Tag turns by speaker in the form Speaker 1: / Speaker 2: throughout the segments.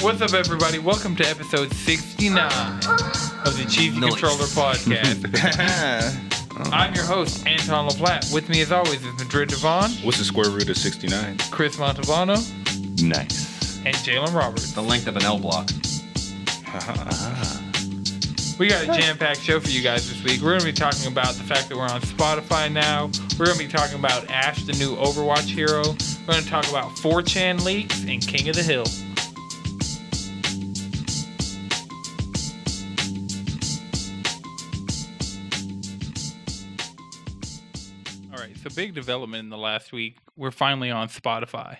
Speaker 1: What's up, everybody? Welcome to episode 69 of the Chief
Speaker 2: Nice.
Speaker 1: Controller Podcast. I'm your host, Anton LaPlatte. With me, as always, is Madrid Devon,
Speaker 3: What's the square root of 69?
Speaker 1: Chris Montalbano,
Speaker 2: Nice.
Speaker 1: and Jalen Roberts.
Speaker 2: The length of an L block.
Speaker 1: We got a jam packed show for you guys this week. We're going to be talking about the fact that we're on Spotify now. We're going to be talking about Ash, the new Overwatch hero. We're going to talk about 4chan leaks and King of the Hill. All right, so big development in the last week. We're finally on Spotify.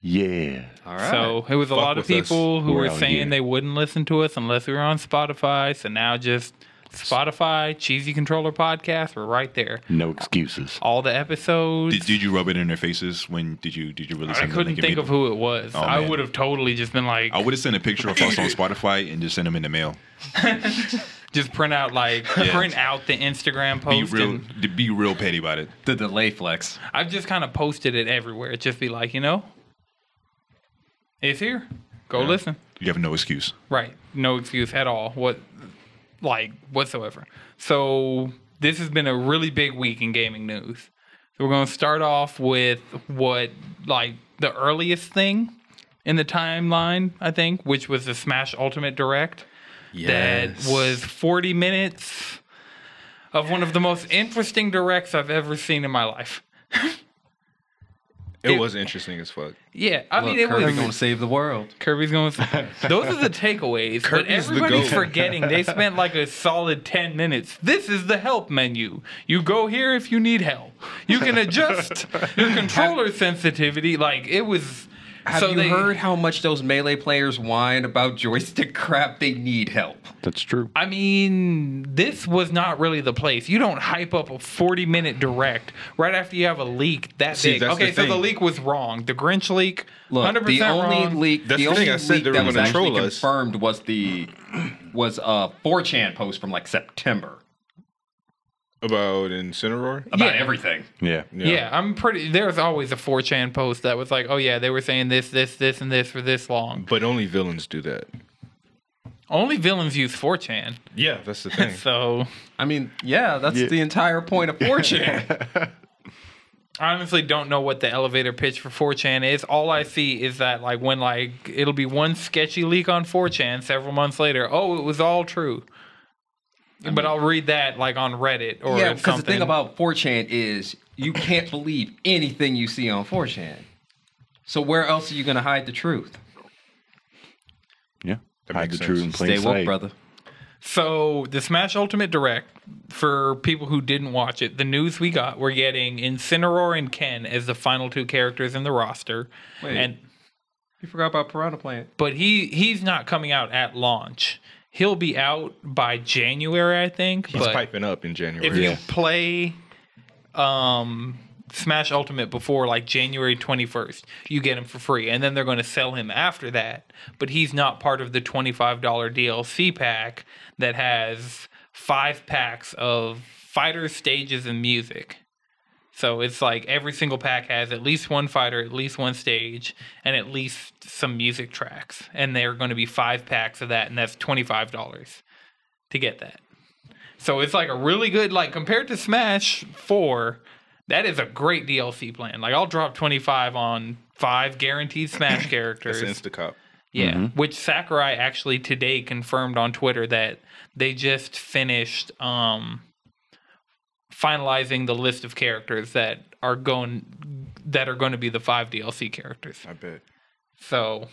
Speaker 4: Yeah.
Speaker 2: All right.
Speaker 1: So it was a
Speaker 3: Fuck
Speaker 1: lot of
Speaker 3: with us.
Speaker 1: people who
Speaker 4: We're
Speaker 1: were
Speaker 4: out
Speaker 1: saying
Speaker 4: here.
Speaker 1: they wouldn't listen to us unless we were on Spotify. So now just Spotify, Cheesy Controller Podcast, we're right there.
Speaker 4: No excuses.
Speaker 1: All the episodes.
Speaker 5: Did, did you rub it in their faces when did you did you really?
Speaker 1: I
Speaker 5: send them
Speaker 1: couldn't
Speaker 5: the
Speaker 1: think
Speaker 5: mail?
Speaker 1: of who it was.
Speaker 5: Oh,
Speaker 1: I
Speaker 5: man.
Speaker 1: would have totally just been like,
Speaker 5: I would have sent a picture of us on Spotify and just sent them in the mail.
Speaker 1: just print out like
Speaker 5: Yeah.
Speaker 1: print out the Instagram
Speaker 5: Be
Speaker 1: post.
Speaker 5: real,
Speaker 1: And
Speaker 5: be real petty about it.
Speaker 2: The delay flex.
Speaker 1: I've just kind of posted it everywhere. Just be like, you know, it's here. Go listen.
Speaker 5: You have no excuse.
Speaker 1: Right. No excuse at all. What, like, whatsoever. So, this has been a really big week in gaming news. So, we're going to start off with what, like, the earliest thing in the timeline, I think, which was the Smash Ultimate Direct. That was 40 minutes of one of the most interesting directs I've ever seen in my life.
Speaker 3: It was interesting as fuck.
Speaker 1: Yeah, I mean,
Speaker 2: Look,
Speaker 1: it
Speaker 2: Kirby
Speaker 1: was
Speaker 2: gonna save the world.
Speaker 1: Kirby's going. Those are the takeaways. but
Speaker 3: Kirby's the
Speaker 1: everybody's
Speaker 3: goat.
Speaker 1: forgetting they spent like a solid ten minutes. This is the help menu. You go here if you need help. You can adjust your controller sensitivity. Like it was.
Speaker 2: Have
Speaker 1: so
Speaker 2: you
Speaker 1: they,
Speaker 2: heard how much those melee players whine about joystick crap? They need help.
Speaker 4: That's true.
Speaker 1: I mean, this was not really the place. You don't hype up a 40 minute direct right after you have a leak that
Speaker 3: See,
Speaker 1: big.
Speaker 3: that's
Speaker 1: Okay,
Speaker 3: the
Speaker 1: so the
Speaker 3: thing.
Speaker 1: leak was wrong. The Grinch leak,
Speaker 2: Look,
Speaker 1: 100%
Speaker 2: the only
Speaker 1: wrong.
Speaker 2: leak,
Speaker 3: That's
Speaker 2: the,
Speaker 3: the
Speaker 2: only
Speaker 3: thing I said
Speaker 2: leak
Speaker 3: they were
Speaker 2: that was
Speaker 3: gonna
Speaker 2: actually
Speaker 3: troll us.
Speaker 2: confirmed was the was a 4chan post from like September
Speaker 3: About Incineroar?
Speaker 2: about
Speaker 1: Yeah.
Speaker 2: everything.
Speaker 4: Yeah.
Speaker 1: Yeah. I'm pretty. There's always a 4chan post that was like, oh, yeah, they were saying this, this, this, and this for this long.
Speaker 3: But only villains do that.
Speaker 1: Only villains use 4chan.
Speaker 3: Yeah, that's the
Speaker 2: Hmm.
Speaker 3: thing.
Speaker 1: So
Speaker 2: I mean, yeah, that's the entire point of 4chan.
Speaker 1: I honestly don't know what the elevator pitch for 4chan is. All I see is that, like, when, like, it'll be one sketchy leak on 4chan several months later, oh, it was all true. but I'll read that, like, on Reddit or
Speaker 2: yeah,
Speaker 1: something.
Speaker 2: because the thing about 4chan is you can't believe anything you see on 4chan. So where else are you gonna hide the truth?
Speaker 4: Yeah.
Speaker 3: That
Speaker 4: Hide the
Speaker 3: makes
Speaker 4: truth
Speaker 3: sense.
Speaker 4: in plain
Speaker 2: Stay woke,
Speaker 4: sight.
Speaker 2: brother.
Speaker 1: So the Smash Ultimate Direct, for people who didn't watch it, the news we got we're getting Incineroar and Ken as the final two characters in the roster,
Speaker 2: Wait.
Speaker 1: and
Speaker 2: You forgot about Piranha Plant.
Speaker 1: but he he's not coming out at launch. He'll be out by January, I think.
Speaker 3: He's
Speaker 1: but
Speaker 3: piping up in
Speaker 1: if
Speaker 3: January.
Speaker 1: you play um Smash Ultimate before like January 21st, you get him for free and then they're going to sell him after that, but he's not part of the $25 DLC pack that has 5 packs of fighter stages and music. So it's like every single pack has at least one fighter, at least one stage, and at least some music tracks. And there are going to be 5 packs of that and that's $25 to get that. So it's like a really good like compared to Smash 4, that is a great DLC plan. Like I'll drop 25 on 5 guaranteed Smash
Speaker 3: That's
Speaker 1: characters.
Speaker 3: Instacop.
Speaker 1: yeah, which Sakurai actually today confirmed on Twitter that they just finished um finalizing the list of characters that are going that are going to be the 5 DLC characters.
Speaker 3: I bet.
Speaker 1: So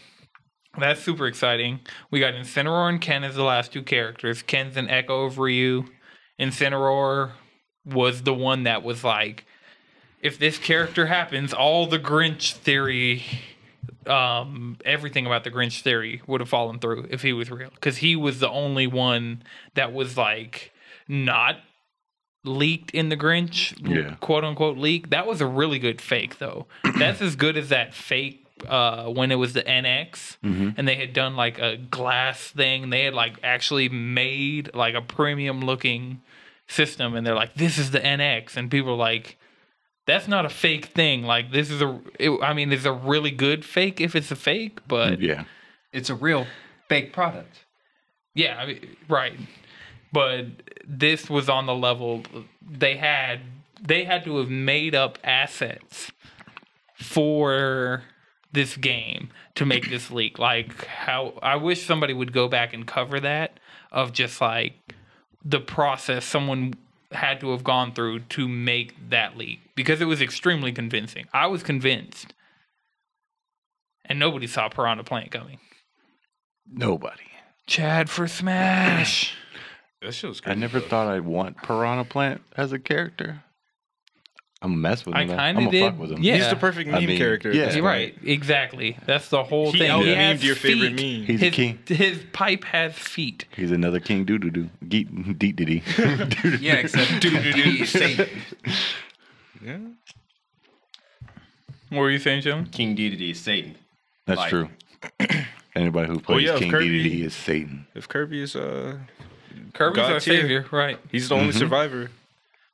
Speaker 1: that's super exciting. We got Incineroar and Ken as the last two characters. Ken's an echo of Ryu. Incineroar was the one that was like, if this character happens, all the Grinch theory, um, everything about the Grinch theory would have fallen through if he was real. Because he was the only one that was like not leaked in the Grinch,
Speaker 4: Yeah.
Speaker 1: quote unquote leak. That was a really good fake though. That's as good as that fake uh, when it was the NX and they had done like a glass thing. They had like actually made like a premium looking system and they're like, this is the NX. And people are like, that's not a fake thing. Like this is a, it, I mean, it's a really good fake if it's a fake, but
Speaker 4: Yeah.
Speaker 2: It's a real fake product.
Speaker 1: Yeah, I mean, right. But this was on the level they had. They had to have made up assets for this game to make this leak. Like how I wish somebody would go back and cover that of just like the process someone had to have gone through to make that leak because it was extremely convincing. I was convinced. And nobody saw Piranha Plant coming.
Speaker 4: Nobody.
Speaker 1: Chad for Smash.
Speaker 3: That shit's good.
Speaker 4: I never thought I'd want Piranha Plant as a character. I'm gonna mess with
Speaker 1: I
Speaker 4: him. though.
Speaker 1: kinda
Speaker 4: I'm gonna
Speaker 1: did.
Speaker 4: fuck with him.
Speaker 1: Yeah.
Speaker 3: He's the perfect
Speaker 4: I
Speaker 3: meme
Speaker 4: mean,
Speaker 3: character. at
Speaker 4: yeah.
Speaker 3: this
Speaker 1: You're
Speaker 3: point.
Speaker 1: right. Exactly. That's the whole
Speaker 3: He
Speaker 1: thing.
Speaker 3: out-
Speaker 1: He
Speaker 3: memed
Speaker 1: has
Speaker 3: your favorite
Speaker 1: feet.
Speaker 3: meme.
Speaker 4: He's a
Speaker 1: His,
Speaker 4: king.
Speaker 1: his pipe has feet.
Speaker 4: He's another King Doo Doo Doo. Geet Deet Diddy.
Speaker 2: Yeah, except D, Satan.
Speaker 3: Yeah.
Speaker 1: What were you saying, Jim?
Speaker 2: King Dedede is Satan.
Speaker 4: That's
Speaker 2: Like-
Speaker 4: true. Anybody who plays
Speaker 3: Oh, yeah,
Speaker 4: King
Speaker 3: Kirby.
Speaker 4: Dedede is Satan.
Speaker 3: If Kirby is uh
Speaker 1: Kirby's
Speaker 3: God
Speaker 1: our
Speaker 3: tier.
Speaker 1: savior, right?
Speaker 3: he's the only
Speaker 4: Mm-hmm.
Speaker 3: survivor.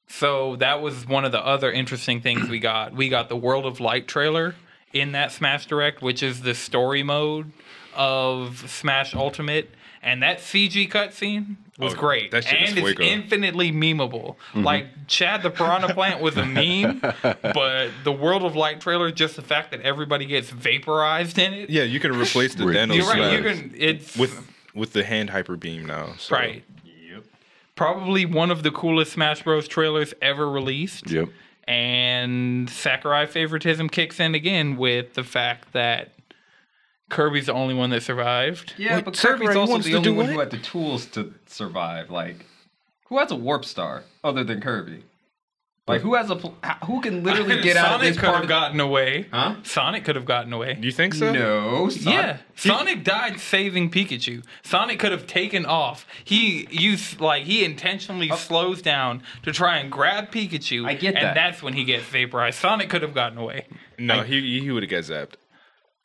Speaker 1: So that was one of the other interesting things we got. We got the World of Light trailer in that Smash Direct, which is the story mode of Smash Ultimate. And that CG cutscene was
Speaker 3: Oh,
Speaker 1: great.
Speaker 3: that shit is Mm-hmm.
Speaker 1: and it's
Speaker 3: fuego.
Speaker 1: infinitely memeable. Like Chad the Piranha Plant was a meme, but the World of Light trailer, just the fact that everybody gets vaporized in it.
Speaker 3: Yeah, you can replace the
Speaker 4: Right.
Speaker 3: Thanos
Speaker 1: You're right. You
Speaker 3: smash
Speaker 1: can. It's
Speaker 3: with with the hand hyper beam now. So.
Speaker 1: right. Yep. Probably one of the coolest Smash Bros. trailers ever released.
Speaker 4: Yep.
Speaker 1: And Sakurai favoritism kicks in again with the fact that Kirby's the only one that survived.
Speaker 2: Yeah,
Speaker 3: Wait,
Speaker 2: but
Speaker 3: Sakurai
Speaker 2: Kirby's also
Speaker 3: wants
Speaker 2: the
Speaker 3: to
Speaker 2: only
Speaker 3: do
Speaker 2: one
Speaker 3: what?
Speaker 2: who had the tools to survive. Like, who has a warp star other than Kirby? Like, who has a pl- h- who can literally get
Speaker 1: Sonic
Speaker 2: out of this
Speaker 1: could
Speaker 2: part?
Speaker 1: have gotten away.
Speaker 2: Huh?
Speaker 1: Sonic could have gotten away.
Speaker 3: Do you think so?
Speaker 2: no, Son-
Speaker 1: Yeah, Sonic died saving Pikachu. Sonic could have taken off. He used like he intentionally slows down to try and grab Pikachu.
Speaker 2: Oh. I get
Speaker 1: and
Speaker 2: that.
Speaker 1: that's when he gets vaporized. Sonic could have gotten away.
Speaker 3: No, he he would have got zapped.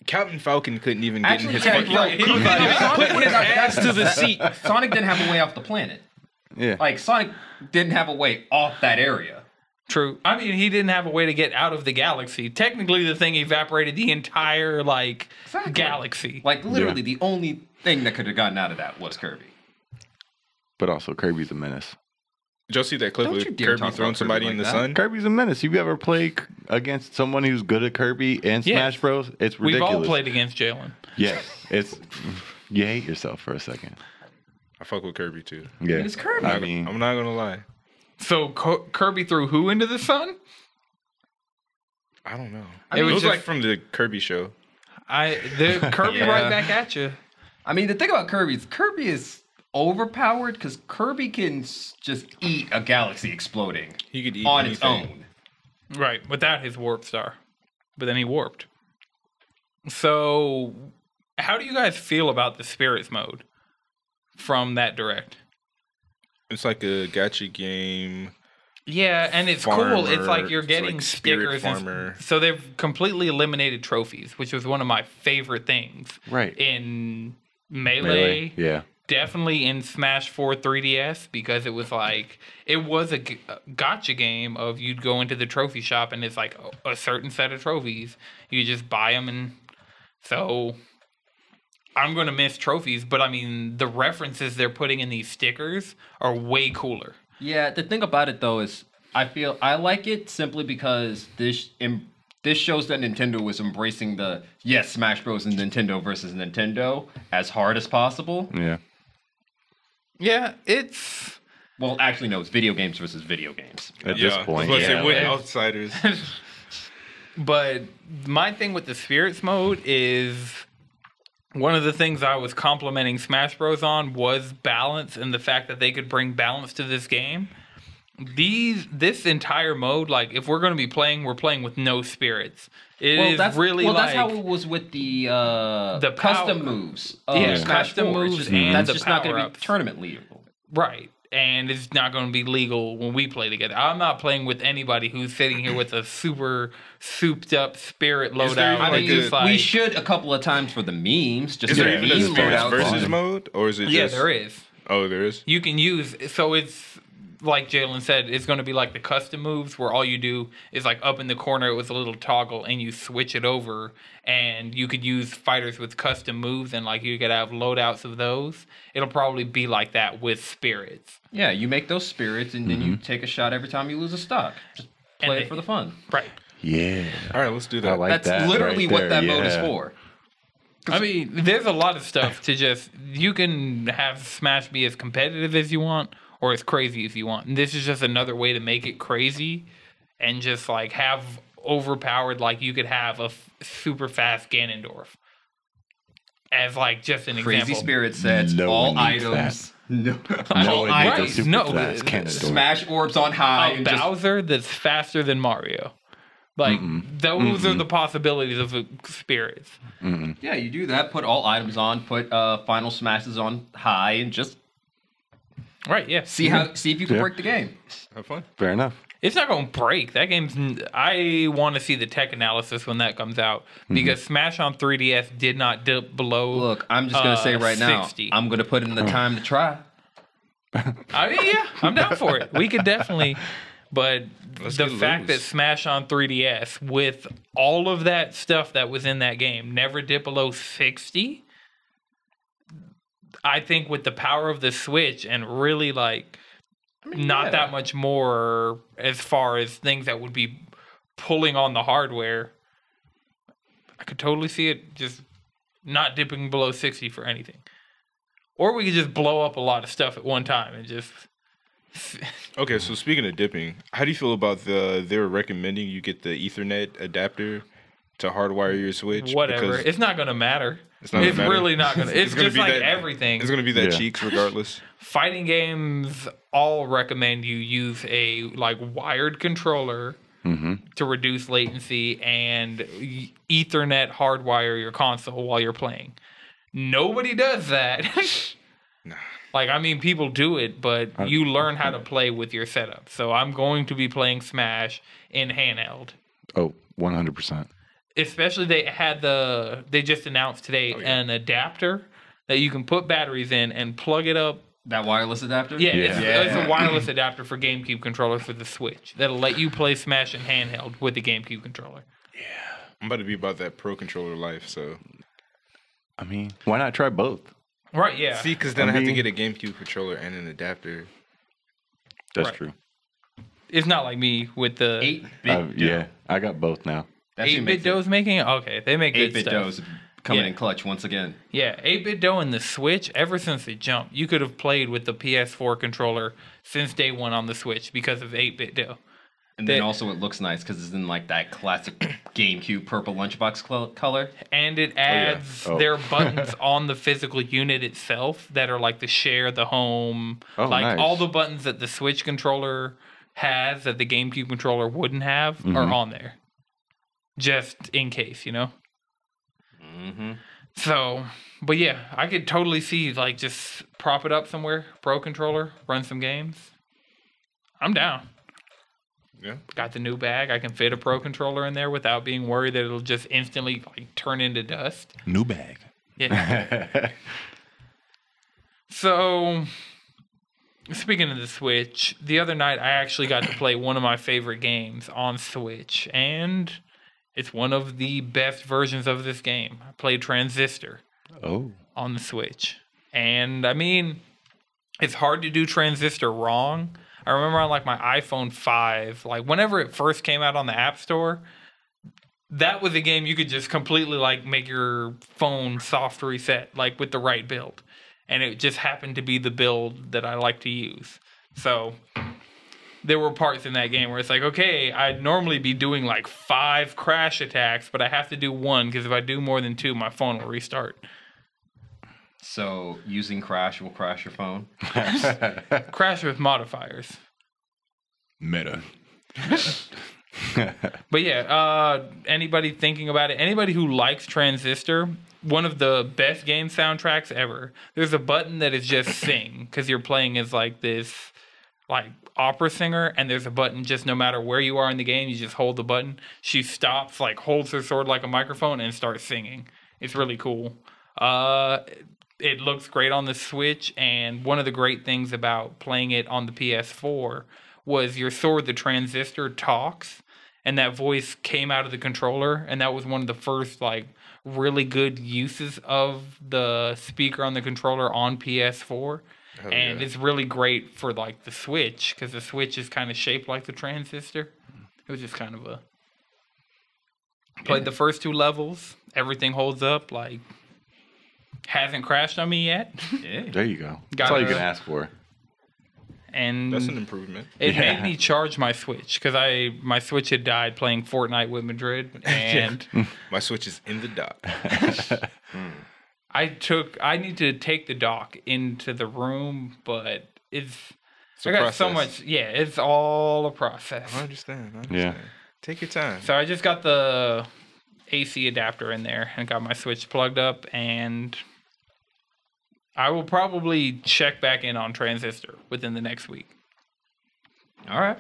Speaker 3: Captain Falcon couldn't even get in
Speaker 2: Actually,
Speaker 3: his
Speaker 2: yeah,
Speaker 3: fucking
Speaker 2: right.
Speaker 1: He was like,
Speaker 2: Sonic
Speaker 1: putting
Speaker 2: didn't
Speaker 1: his
Speaker 2: have-
Speaker 1: ass to the
Speaker 2: that's-
Speaker 1: seat.
Speaker 2: Sonic didn't have a way off the planet.
Speaker 4: Yeah.
Speaker 2: Like, Sonic didn't have a way off that area.
Speaker 1: True. I mean, he didn't have a way to get out of the galaxy. Technically, the thing evaporated the entire like
Speaker 2: Exactly.
Speaker 1: galaxy.
Speaker 2: Like, literally, the only thing that could have gotten out of that was Kirby.
Speaker 4: But also Kirby's a menace.
Speaker 3: Did y'all see that clip
Speaker 2: Don't
Speaker 3: of
Speaker 2: you dare
Speaker 3: Kirby
Speaker 2: talk
Speaker 3: throwing
Speaker 2: about
Speaker 3: somebody
Speaker 2: Kirby
Speaker 3: in the
Speaker 2: like that.
Speaker 3: sun?
Speaker 4: Kirby's a menace. You ever play k- against someone who's good at Kirby and
Speaker 1: Yeah.
Speaker 4: Smash Bros? It's
Speaker 1: We've
Speaker 4: ridiculous.
Speaker 1: all played against Jalen.
Speaker 4: Yes. It's you hate yourself for a second.
Speaker 3: I fuck with Kirby too.
Speaker 4: Yeah.
Speaker 2: It's Kirby.
Speaker 4: I mean,
Speaker 3: I'm not gonna lie.
Speaker 1: So Co- Kirby threw who into the sun?
Speaker 3: I don't know.
Speaker 1: mean,
Speaker 3: it was,
Speaker 1: it was
Speaker 3: like
Speaker 1: just-
Speaker 3: from the Kirby show.
Speaker 1: I the Kirby
Speaker 2: Yeah.
Speaker 1: right back at you.
Speaker 2: I mean, the thing about Kirby is Kirby is overpowered because Kirby can s- just eat a galaxy exploding
Speaker 3: He could eat
Speaker 2: on its
Speaker 3: anything.
Speaker 2: own.
Speaker 1: Right, without his warp star. But then he warped. So, how do you guys feel about the spirits mode from that direct?
Speaker 3: It's like a gacha game.
Speaker 1: Yeah, and it's cool. It's like
Speaker 3: Farmer,
Speaker 1: you're
Speaker 3: it's
Speaker 1: getting
Speaker 3: like spirit
Speaker 1: stickers. and-
Speaker 3: farmer.
Speaker 1: so they've completely eliminated trophies, which was one of my favorite things.
Speaker 4: Right.
Speaker 1: In Melee,
Speaker 4: melee. Yeah.
Speaker 1: definitely in Smash 4 3DS because it was like, it was a g- a gotcha game of you'd go into the trophy shop and it's like a, a certain set of trophies. You just buy them and so I'm going to miss trophies, but I mean, the references they're putting in these stickers are way cooler.
Speaker 2: Yeah, the thing about it though is I feel I like it simply because this em, this shows that Nintendo was embracing the yes, Smash Bros. and Nintendo versus Nintendo as hard as possible.
Speaker 4: Yeah.
Speaker 1: Yeah, it's.
Speaker 2: Well, actually, no, it's video games versus video games.
Speaker 4: At
Speaker 3: Yeah,
Speaker 4: this point.
Speaker 3: let's say
Speaker 4: Yeah.
Speaker 3: we're
Speaker 4: like-
Speaker 3: outsiders.
Speaker 1: But my thing with the spirits mode is one of the things I was complimenting Smash Bros on was balance and the fact that they could bring balance to this game. These this entire mode, like if we're going to be playing, we're playing with no spirits. It is really
Speaker 2: well,
Speaker 1: like
Speaker 2: that's how it was with the uh,
Speaker 1: The
Speaker 2: the custom
Speaker 1: power-
Speaker 2: moves. Of
Speaker 1: Yeah,
Speaker 2: Smash
Speaker 1: custom
Speaker 2: 4. It's
Speaker 1: moves
Speaker 2: just-
Speaker 1: and
Speaker 2: that's
Speaker 1: the
Speaker 2: just not going to be
Speaker 1: power-ups.
Speaker 2: tournament legal.
Speaker 1: right, and it's not going to be legal when we play together. I'm not playing with anybody who's sitting here with a super souped up spirit loadout.
Speaker 3: there even
Speaker 1: that's
Speaker 3: like a-
Speaker 1: just like-
Speaker 2: we should a couple of times for the memes. Just
Speaker 3: Is
Speaker 2: to
Speaker 3: there
Speaker 2: get
Speaker 3: even
Speaker 2: meme
Speaker 3: a spirits
Speaker 2: loadouts.
Speaker 3: versus mode, or is it
Speaker 1: yeah,
Speaker 3: just?
Speaker 1: there is.
Speaker 3: Oh, there is.
Speaker 1: you can use so it's like Jalen said, it's going to be like the custom moves where all you do is like up in the corner with a little toggle and you switch it over, and you could use fighters with custom moves and like you could have loadouts of those. It'll probably be like that with spirits,
Speaker 2: Yeah, you make those spirits and then
Speaker 6: Mm-hmm.
Speaker 2: you take a shot every time you lose a stock. Just play
Speaker 1: And
Speaker 2: it
Speaker 1: they-
Speaker 2: for the fun.
Speaker 1: right?
Speaker 6: Yeah.
Speaker 3: All right, let's do that.
Speaker 6: I like
Speaker 2: That's
Speaker 6: that
Speaker 2: literally
Speaker 6: right
Speaker 2: what
Speaker 6: there,
Speaker 2: that mode is
Speaker 6: yeah.
Speaker 2: for.
Speaker 1: I mean, there's a lot of stuff to just. You can have Smash be as competitive as you want or as crazy as you want. And this is just another way to make it crazy and just like have overpowered, like you could have a f- super fast Ganondorf as like just an
Speaker 2: Crazy
Speaker 1: example.
Speaker 2: spirit sets,
Speaker 6: No
Speaker 2: all
Speaker 6: one needs
Speaker 2: items. No,
Speaker 6: No
Speaker 2: all
Speaker 6: one needs a
Speaker 2: items.
Speaker 6: super
Speaker 1: no,
Speaker 6: fast
Speaker 1: the-
Speaker 6: cannon door.
Speaker 2: Smash orbs on high.
Speaker 1: a
Speaker 2: and just-
Speaker 1: Uh, Bowser that's faster than Mario. Like those are the possibilities of uh, spirits.
Speaker 2: yeah, you do that. Put all items on. Put uh, final smashes on high, and just
Speaker 1: Right, yeah.
Speaker 2: see how see if you can
Speaker 6: Mm-hmm. Yeah.
Speaker 2: break the game.
Speaker 3: Have fun.
Speaker 6: Fair enough.
Speaker 1: It's not going to break. That game's. I want to see the tech analysis when that comes out
Speaker 3: Mm-hmm.
Speaker 1: because Smash on 3DS did not dip below.
Speaker 2: Look, I'm just gonna
Speaker 1: uh,
Speaker 2: say right now,
Speaker 1: 60.
Speaker 2: I'm gonna put in the time to try.
Speaker 1: I mean, yeah, I'm down for it. We could definitely. But
Speaker 3: Let's
Speaker 1: the
Speaker 3: get
Speaker 1: fact that
Speaker 3: loose.
Speaker 1: Smash on 3DS with all of that stuff that was in that game never dipped below 60, I think with the power of the Switch and really like not
Speaker 2: yeah.
Speaker 1: that much more as far as things that would be pulling on the hardware, I could totally see it just not dipping below 60 for anything. Or we could just blow up a lot of stuff at one time and just
Speaker 3: Okay, so speaking of dipping, how do you feel about the they're recommending you get the Ethernet adapter to hardwire your Switch?
Speaker 1: whatever.
Speaker 3: Because
Speaker 1: It's not gonna matter. It's,
Speaker 3: It's not gonna matter.
Speaker 1: really not gonna. It's,
Speaker 3: gonna
Speaker 1: just
Speaker 3: be
Speaker 1: like
Speaker 3: that-
Speaker 1: everything.
Speaker 3: It's going to be that
Speaker 6: Yeah.
Speaker 3: cheeks regardless.
Speaker 1: Fighting games all recommend you use a like wired controller to reduce latency and y- Ethernet hardwire your console while you're playing. Nobody does that. Like I mean, people do it, but you learn how to play with your setup. So I'm going to be playing Smash in handheld.
Speaker 6: Oh, 100%.
Speaker 1: especially they had the they just announced today an adapter that you can put batteries in and plug it up.
Speaker 2: That wireless adapter.
Speaker 1: Yeah, It's,
Speaker 2: Yeah.
Speaker 1: it's a wireless adapter for GameCube controller for the Switch that'll let you play Smash in handheld with the GameCube controller.
Speaker 3: I'm about to be about that pro controller life, so.
Speaker 6: I mean, why not try both?
Speaker 1: Right? Yeah.
Speaker 3: See, because then I, have
Speaker 6: mean-
Speaker 3: to get a GameCube controller and an adapter.
Speaker 6: That's
Speaker 1: Right.
Speaker 6: true.
Speaker 1: it's not like me with the eight
Speaker 2: eight bit.
Speaker 6: Uh, yeah, I got both now.
Speaker 2: That's who
Speaker 1: bit
Speaker 2: makes it.
Speaker 1: doughs making it. Okay, they make
Speaker 2: Eight
Speaker 1: good
Speaker 2: bit
Speaker 1: stuff.
Speaker 2: doughs coming
Speaker 1: Yeah.
Speaker 2: in clutch once again.
Speaker 1: Yeah, 8 bit dough and the Switch, ever since the jump, you could have played with the PS4 controller since day one on the Switch because of 8 bit dough.
Speaker 2: And then
Speaker 1: That-
Speaker 2: also it looks nice because it's in like that classic GameCube purple lunchbox cl- color.
Speaker 1: and it adds
Speaker 6: Oh.
Speaker 1: their buttons on the physical unit itself that are like the share, the home,
Speaker 6: Oh,
Speaker 1: like
Speaker 6: nice.
Speaker 1: all the buttons that the Switch controller has that the GameCube controller wouldn't have
Speaker 6: Mm-hmm.
Speaker 1: are on there, just in case, you know.
Speaker 6: Mm-hmm.
Speaker 1: So, but yeah, I could totally see like just prop it up somewhere, pro controller, run some games. I'm down.
Speaker 3: Yeah.
Speaker 1: Got the new bag. I can fit a pro controller in there without being worried that it'll just instantly like turn into dust.
Speaker 5: New bag.
Speaker 1: Yeah. so, speaking of the Switch, the other night I actually got to play one of my favorite games on Switch, and it's one of the best versions of this game. I played Transistor
Speaker 6: Oh,
Speaker 1: on the Switch. And I mean, it's hard to do transistor wrong. I remember on like my iPhone 5, like whenever it first came out on the App Store, that was a game you could just completely like make your phone soft reset, like with the right build. And it just happened to be the build that I like to use. So there were parts in that game where it's like, okay, I'd normally be doing like five crash attacks, but I have to do one because if I do more than two, my phone will restart.
Speaker 2: So using Crash will crash your phone.
Speaker 1: crash with modifiers.
Speaker 5: Meta.
Speaker 1: But yeah, uh, anybody thinking about it, anybody who likes Transistor, one of the best game soundtracks ever. There's a button that is just sing because you're playing as like this like opera singer, and there's a button just no matter where you are in the game, you just hold the button. She stops, like holds her sword like a microphone, and starts singing. It's really cool. Uh, it looks great on the Switch. And one of the great things about playing it on the PS4 was your sword, the transistor, talks, and that voice came out of the controller. And that was one of the first, like, really good uses of the speaker on the controller on PS4. and it's really great for, like, the Switch because the Switch is kind of shaped like the transistor. It was just kind of a. Played the first two levels. Everything holds up. Like, hasn't crashed on me yet.
Speaker 2: Yeah.
Speaker 6: There you go. That's all you can ask for.
Speaker 1: and
Speaker 3: That's
Speaker 6: Mm.
Speaker 3: an improvement.
Speaker 1: it
Speaker 6: Yeah.
Speaker 1: made me charge my Switch because I my Switch had died playing Fortnite with Madrid, and
Speaker 3: My switch is in the dock.
Speaker 1: I took I need to take the dock into the room, but it's,
Speaker 3: a
Speaker 1: I got so
Speaker 3: process.
Speaker 1: much. Yeah, it's all a process.
Speaker 3: I understand. I
Speaker 6: Yeah.
Speaker 3: understand. Take your time.
Speaker 1: So I just got the AC adapter in there and got my Switch plugged up, and I will probably check back in on Transistor within the next week.
Speaker 2: All right.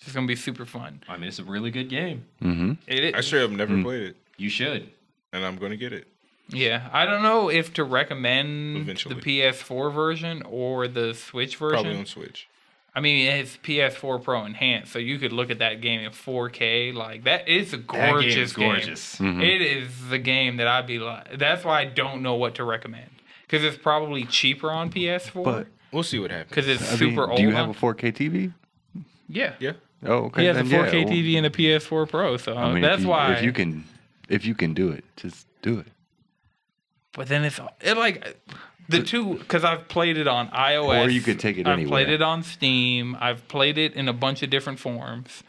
Speaker 1: It's gonna be super fun.
Speaker 2: I mean, it's a really good game.
Speaker 6: Mm-hmm.
Speaker 1: It,
Speaker 3: I straight up never
Speaker 6: Mm.
Speaker 3: played it,
Speaker 2: You should.
Speaker 3: and I'm gonna get it.
Speaker 1: Yeah, I don't know if to recommend
Speaker 3: Eventually.
Speaker 1: the PS4 version or the Switch
Speaker 3: Probably
Speaker 1: version.
Speaker 3: on Switch.
Speaker 1: I mean, it's PS4 Pro enhanced, so you could look at that game in 4K. Like that is a
Speaker 2: That
Speaker 1: gorgeous
Speaker 2: game's
Speaker 1: game.
Speaker 2: gorgeous.
Speaker 6: Mm-hmm.
Speaker 1: It is the game that I'd be like. That's why I don't know what to recommend because it's probably cheaper on PS4
Speaker 6: But
Speaker 3: We'll see what happens.
Speaker 1: because it's
Speaker 6: I
Speaker 1: super
Speaker 6: mean,
Speaker 1: old.
Speaker 6: do you have
Speaker 1: on-
Speaker 6: a 4K TV?
Speaker 1: yeah.
Speaker 3: Yeah.
Speaker 6: Oh, okay.
Speaker 1: He has a
Speaker 6: then
Speaker 1: 4K
Speaker 6: yeah, well,
Speaker 1: TV and a PS4 Pro, so
Speaker 6: I mean, if
Speaker 1: that's
Speaker 6: you-
Speaker 1: why.
Speaker 6: if you can, if you can do it, just do it.
Speaker 1: But then it's it like the two because I've played it on iOS.
Speaker 6: Or you could take it
Speaker 1: I've played
Speaker 6: anywhere.
Speaker 1: it on Steam. I've played it in a bunch of different forms.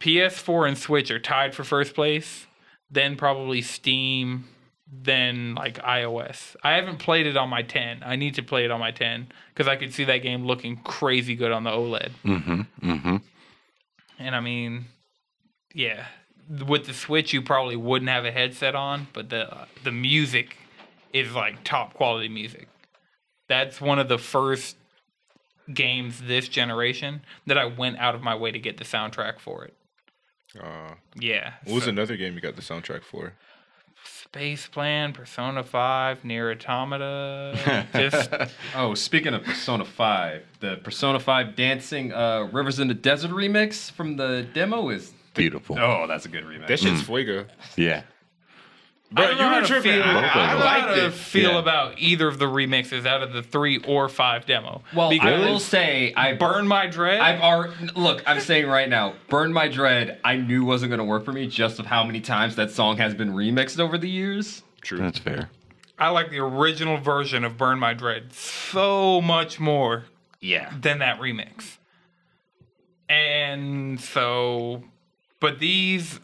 Speaker 1: PS4 and Switch are tied for first place. Then probably Steam. Then like iOS. I haven't played it on my 10. I need to play it on my 10 because I could see that game looking crazy good on the OLED.
Speaker 6: Mm-hmm. Mm-hmm.
Speaker 1: And I mean, yeah, with the Switch, you probably wouldn't have a headset on, but the the music is like top quality music. That's one of the first games this generation that I went out of my way to get the soundtrack for it.
Speaker 3: Uh,
Speaker 1: Yeah,
Speaker 3: what was
Speaker 1: so
Speaker 3: another game you got the soundtrack for?
Speaker 1: Space Plan, Persona Five, Near Automata, just
Speaker 2: Oh, speaking of Persona 5, the Persona 5 dancing uh, Rivers in the Desert remix from the demo is.
Speaker 6: Beautiful.
Speaker 2: Oh, that's a good remix.
Speaker 3: That
Speaker 6: Mm.
Speaker 3: shit's fuego.
Speaker 6: Yeah.
Speaker 1: I don't know how to feel-
Speaker 3: I,
Speaker 6: Both of
Speaker 1: I don't
Speaker 3: I
Speaker 1: know how
Speaker 3: liked
Speaker 1: to
Speaker 3: it.
Speaker 1: feel
Speaker 6: Yeah.
Speaker 1: about either of the remixes out of the three or five demo.
Speaker 2: well, I
Speaker 1: Because
Speaker 2: will say, I
Speaker 1: Burn My Dread.
Speaker 2: I've already look. I'm saying right now, "Burn My Dread." I knew wasn't going to work for me just of how many times that song has been remixed over the years.
Speaker 3: True.
Speaker 6: That's fair.
Speaker 1: I like the original version of Burn My Dread so much more
Speaker 2: Yeah,
Speaker 1: than that remix. And so, but these.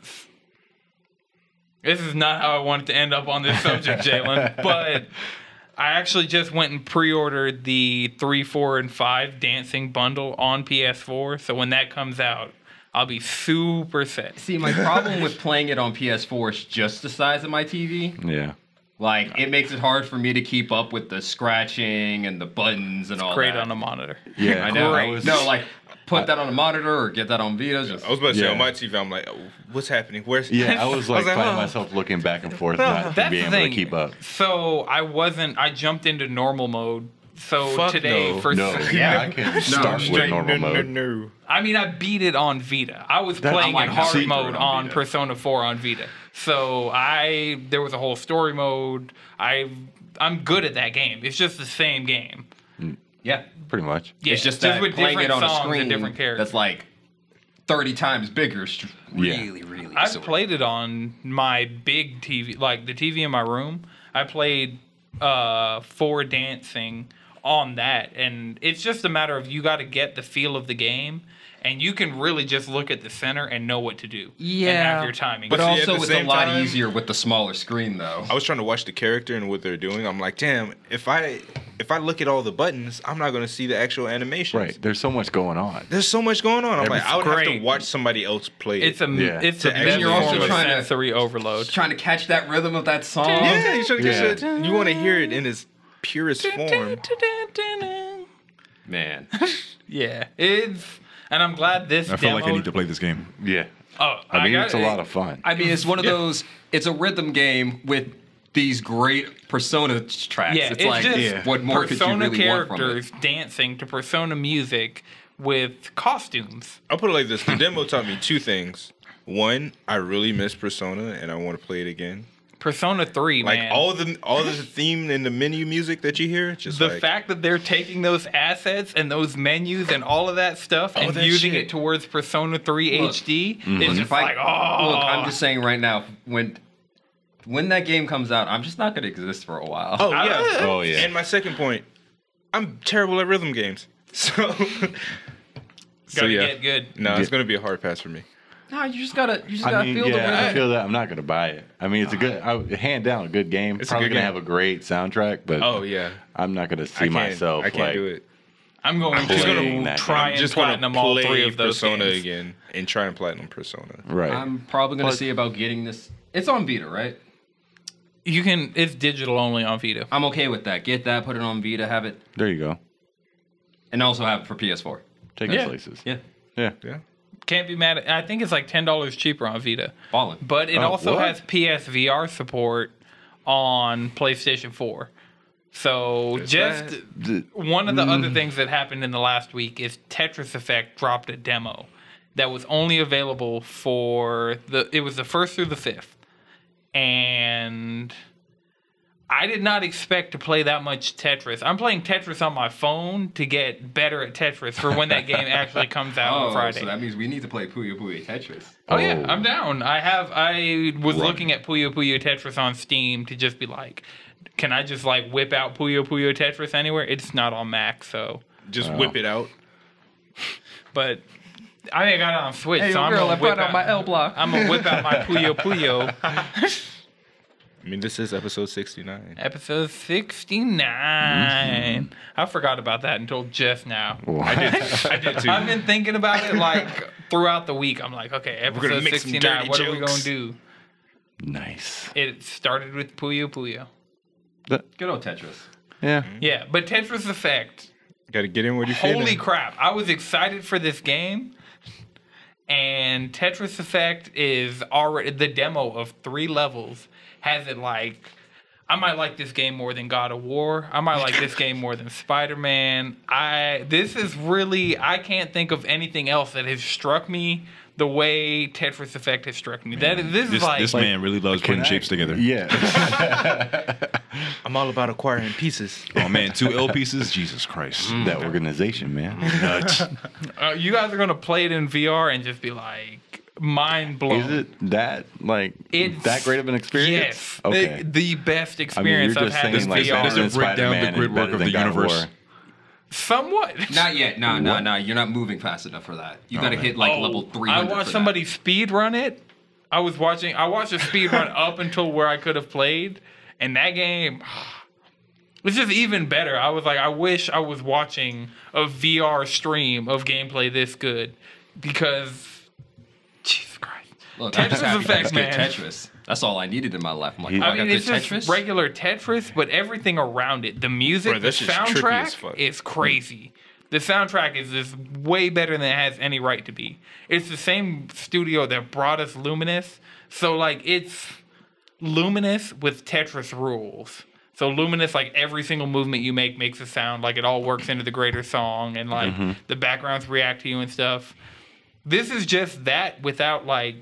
Speaker 1: This is not how I wanted to end up on this subject, Jalen, but I actually just went and pre ordered the 3, 4, and 5 dancing bundle on PS4. So when that comes out, I'll be super set.
Speaker 2: See, my problem with playing it on PS4 is just the size of my TV.
Speaker 6: Yeah.
Speaker 2: Like, it makes it hard for me to keep up with the scratching and the buttons and all
Speaker 1: Great
Speaker 2: that.
Speaker 1: on a monitor.
Speaker 6: Yeah.
Speaker 2: I know.
Speaker 6: I was-
Speaker 2: no, like, put that on a monitor or get that on Vita. Just,
Speaker 3: I was about to say
Speaker 6: Yeah.
Speaker 3: on my TV, I'm like, oh, what's happening? Where's
Speaker 6: Yeah, I was like, finding
Speaker 3: oh.
Speaker 6: myself looking back and forth, not
Speaker 1: That's
Speaker 6: being
Speaker 1: the
Speaker 6: able
Speaker 1: thing.
Speaker 6: to keep up.
Speaker 1: So I wasn't. I jumped into normal mode. So
Speaker 3: Fuck
Speaker 1: today,
Speaker 3: no.
Speaker 1: for
Speaker 6: No,
Speaker 2: Yeah.
Speaker 6: I can start with
Speaker 3: Straight
Speaker 6: normal
Speaker 3: no,
Speaker 6: mode.
Speaker 3: No, no.
Speaker 1: I mean, I beat it on Vita. I was
Speaker 6: That's-
Speaker 1: playing
Speaker 6: I'm
Speaker 1: in
Speaker 6: like
Speaker 1: hard
Speaker 6: super
Speaker 1: mode
Speaker 2: on
Speaker 1: on
Speaker 2: Vita.
Speaker 1: Persona 4 on Vita. So I there was a whole story mode. I I'm good at that game. It's just the same game.
Speaker 2: yeah.
Speaker 6: Pretty much.
Speaker 1: Yeah,
Speaker 2: It's just, that playing it on a screen
Speaker 1: different characters.
Speaker 2: that's like 30 times bigger. is tr-
Speaker 6: Yeah.
Speaker 2: Really, really.
Speaker 1: I've
Speaker 2: absurd.
Speaker 1: played it on my big TV, like the TV in my room. I played uh for dancing on that and it's just a matter of you got to get the feel of the game and you can really just look at the center and know what to do and
Speaker 2: Yeah.
Speaker 1: have your timing
Speaker 2: But
Speaker 3: See, at
Speaker 2: also,
Speaker 3: the
Speaker 2: it's a
Speaker 3: same
Speaker 2: lot
Speaker 3: time-
Speaker 2: easier with the smaller screen, though.
Speaker 3: I was trying to watch the character and what they're doing. I'm like, damn, if I if I look at all the buttons, I'm not gonna see the actual animations.
Speaker 6: Right. There's so much going on.
Speaker 3: There's so much going on. I'm like, I would have
Speaker 1: great.
Speaker 3: to watch somebody else play
Speaker 1: it's
Speaker 3: it.
Speaker 1: a
Speaker 6: Yeah.
Speaker 1: it's
Speaker 3: To
Speaker 1: a
Speaker 3: actually
Speaker 1: best
Speaker 3: you're also
Speaker 1: form of
Speaker 2: trying to-
Speaker 1: sensory overload
Speaker 2: Trying to catch that rhythm of that song.
Speaker 3: yeah, you should
Speaker 6: Yeah.
Speaker 3: get shit. You want to hear it in its purest form.
Speaker 2: Man.
Speaker 1: yeah it's and i'm glad this
Speaker 5: I feel like I
Speaker 1: demo-
Speaker 5: need to play this game.
Speaker 6: Yeah.
Speaker 1: oh
Speaker 6: I mean,
Speaker 1: got
Speaker 6: it's a
Speaker 1: it.
Speaker 6: lot of fun.
Speaker 2: I mean, it's one of those. It's a rhythm game with these great Persona tracks.
Speaker 1: Yeah,
Speaker 2: it's,
Speaker 1: it's
Speaker 2: like
Speaker 1: just
Speaker 3: Yeah.
Speaker 2: what more could you
Speaker 1: persona
Speaker 2: really want from it?
Speaker 1: characters dancing to persona music with costumes.
Speaker 3: I'll put it like this: the demo taught me two things. One, I really miss Persona, and I want to play it again.
Speaker 1: Persona Three,
Speaker 3: Like
Speaker 1: man.
Speaker 3: all the all the theme and the menu music that you hear, just
Speaker 1: the
Speaker 3: like,
Speaker 1: fact that they're taking those assets and those menus and all of that stuff and
Speaker 3: that
Speaker 1: using
Speaker 3: shit.
Speaker 1: it towards Persona 3
Speaker 2: Look.
Speaker 1: HD is just
Speaker 2: If I-
Speaker 1: like, oh,
Speaker 2: look, I'm just saying right now when when that game comes out, I'm just not gonna exist for a while.
Speaker 3: Oh yeah.
Speaker 6: Oh, yeah.
Speaker 3: And my second point, I'm terrible at rhythm games, so so
Speaker 1: gotta
Speaker 3: yeah.
Speaker 1: get good.
Speaker 3: No,
Speaker 6: Yeah.
Speaker 3: it's gonna be a hard pass for me.
Speaker 2: no, you just gotta you just gotta
Speaker 6: I mean,
Speaker 2: feel the way.
Speaker 6: yeah, I feel that I'm not gonna buy it. I mean, it's a good, I, would- hand down, a good game.
Speaker 3: It's a
Speaker 6: Probably
Speaker 3: good
Speaker 6: gonna
Speaker 3: game.
Speaker 6: have a great soundtrack, but
Speaker 3: Oh yeah,
Speaker 6: I'm not gonna
Speaker 3: I
Speaker 6: see
Speaker 3: can't,
Speaker 6: myself.
Speaker 3: I can't
Speaker 6: like,
Speaker 3: do it.
Speaker 1: I'm going
Speaker 6: just gonna
Speaker 1: to
Speaker 6: that
Speaker 1: try
Speaker 6: game.
Speaker 1: and
Speaker 3: Just
Speaker 1: platinum
Speaker 3: gonna
Speaker 1: all
Speaker 3: play
Speaker 1: three of those
Speaker 3: Persona
Speaker 1: games.
Speaker 3: again and try and platinum Persona.
Speaker 6: Right.
Speaker 2: I'm probably gonna
Speaker 4: Plus-
Speaker 2: see about getting this. It's on Vita, right?
Speaker 1: You can, it's digital only on Vita.
Speaker 2: I'm okay with that. Get that, put it on Vita, have it,
Speaker 6: there you go.
Speaker 2: and also have it for PS4.
Speaker 6: Take
Speaker 1: Yeah.
Speaker 6: your places.
Speaker 2: Yeah,
Speaker 6: Yeah.
Speaker 3: Yeah.
Speaker 1: Can't be mad at, I think it's like $10 cheaper on Vita.
Speaker 2: ballin'.
Speaker 1: But it
Speaker 6: Oh,
Speaker 1: also
Speaker 6: what?
Speaker 1: has PSVR support on PlayStation 4. So just
Speaker 6: D-
Speaker 1: one of the other things that happened in the last week is Tetris Effect dropped a demo that was only available for the it was the first through the fifth. And I did not expect to play that much Tetris. I'm playing Tetris on my phone to get better at Tetris for when that game actually comes out
Speaker 2: oh,
Speaker 1: on Friday.
Speaker 2: so that means we need to play Puyo Puyo Tetris.
Speaker 1: Oh, yeah, I'm down. I have. I was looking at Puyo Puyo Tetris on Steam to just be like, can I just like whip out Puyo Puyo Tetris anywhere? It's not on Mac, so.
Speaker 3: Just whip it out.
Speaker 1: But I think I got it on Switch,
Speaker 2: Hey,
Speaker 1: so I'm
Speaker 2: girl, I
Speaker 1: gonna whip
Speaker 2: brought
Speaker 1: out
Speaker 2: out my L block.
Speaker 1: I'm gonna whip out my Puyo Puyo
Speaker 3: I mean, this is episode sixty nine.
Speaker 1: episode 69. I forgot about that until just now.
Speaker 6: I
Speaker 3: I did too.
Speaker 1: I've been thinking about it like throughout the week. I'm like, okay,
Speaker 3: gonna
Speaker 1: episode
Speaker 3: make some
Speaker 1: 69.
Speaker 3: dirty
Speaker 1: What are we gonna
Speaker 3: jokes.
Speaker 1: do?
Speaker 6: nice.
Speaker 1: It started with Puyo Puyo.
Speaker 6: That-
Speaker 2: Good old Tetris.
Speaker 6: yeah.
Speaker 1: Yeah, but Tetris Effect.
Speaker 3: Got to get in where you fit.
Speaker 1: Holy
Speaker 3: in.
Speaker 1: crap. I was excited for this game. And Tetris Effect is already the demo of three levels has it like I might like this game more than God of War. I might like this game more than Spider-Man. I this is really I can't think of anything else that has struck me the way Tetris Effect has struck me. That is this,
Speaker 5: This,
Speaker 1: is like
Speaker 5: this man really loves putting shapes together.
Speaker 6: Yeah.
Speaker 3: I'm all about acquiring pieces.
Speaker 5: Oh man, two L pieces. Jesus Christ.
Speaker 1: Mm.
Speaker 6: that organization, man.
Speaker 5: Nuts.
Speaker 1: uh, you guys are going to play it in VR and just be like mind blown.
Speaker 6: Is it that like
Speaker 1: It's-
Speaker 6: that great of an experience?
Speaker 1: Yes.
Speaker 6: Okay.
Speaker 1: The, the best
Speaker 6: you're
Speaker 1: experience I have
Speaker 6: just
Speaker 1: had
Speaker 6: saying,
Speaker 1: in
Speaker 6: like,
Speaker 1: VR.
Speaker 5: Does it break down the
Speaker 6: Spider-Man
Speaker 5: grid
Speaker 6: is
Speaker 5: work
Speaker 6: better
Speaker 5: of
Speaker 6: than
Speaker 5: the
Speaker 6: God of
Speaker 5: universe?
Speaker 6: War.
Speaker 1: Somewhat.
Speaker 2: Not yet. No, no, no. You're not moving fast enough for that. You gotta hit like
Speaker 1: Oh,
Speaker 2: level three.
Speaker 1: I watched somebody speed run it. I was watching. I watched a speed run up until where I could have played, and that game was just even better. I was like, I wish I was watching a VR stream of gameplay this good because Jesus Christ,
Speaker 2: Look,
Speaker 1: Tetris
Speaker 2: I'm just happy
Speaker 1: Effect,
Speaker 2: that
Speaker 1: man.
Speaker 2: it's good Tetris. That's all I needed in my life. I'm like,
Speaker 6: He-
Speaker 2: oh, I,
Speaker 1: I mean,
Speaker 2: got
Speaker 1: it's
Speaker 2: the
Speaker 1: just
Speaker 2: Tetris.
Speaker 1: regular Tetris, but everything around it, the music,
Speaker 3: Bro,
Speaker 1: the
Speaker 3: that's just trippy
Speaker 1: soundtrack
Speaker 3: as fuck.
Speaker 1: is crazy. The soundtrack is just way better than it has any right to be. It's the same studio that brought us Luminous, so like it's Luminous with Tetris rules. So Luminous, like every single movement you make makes a sound, like it all works into the greater song, and like
Speaker 2: Mm-hmm.
Speaker 1: the backgrounds react to you and stuff. This is just that without like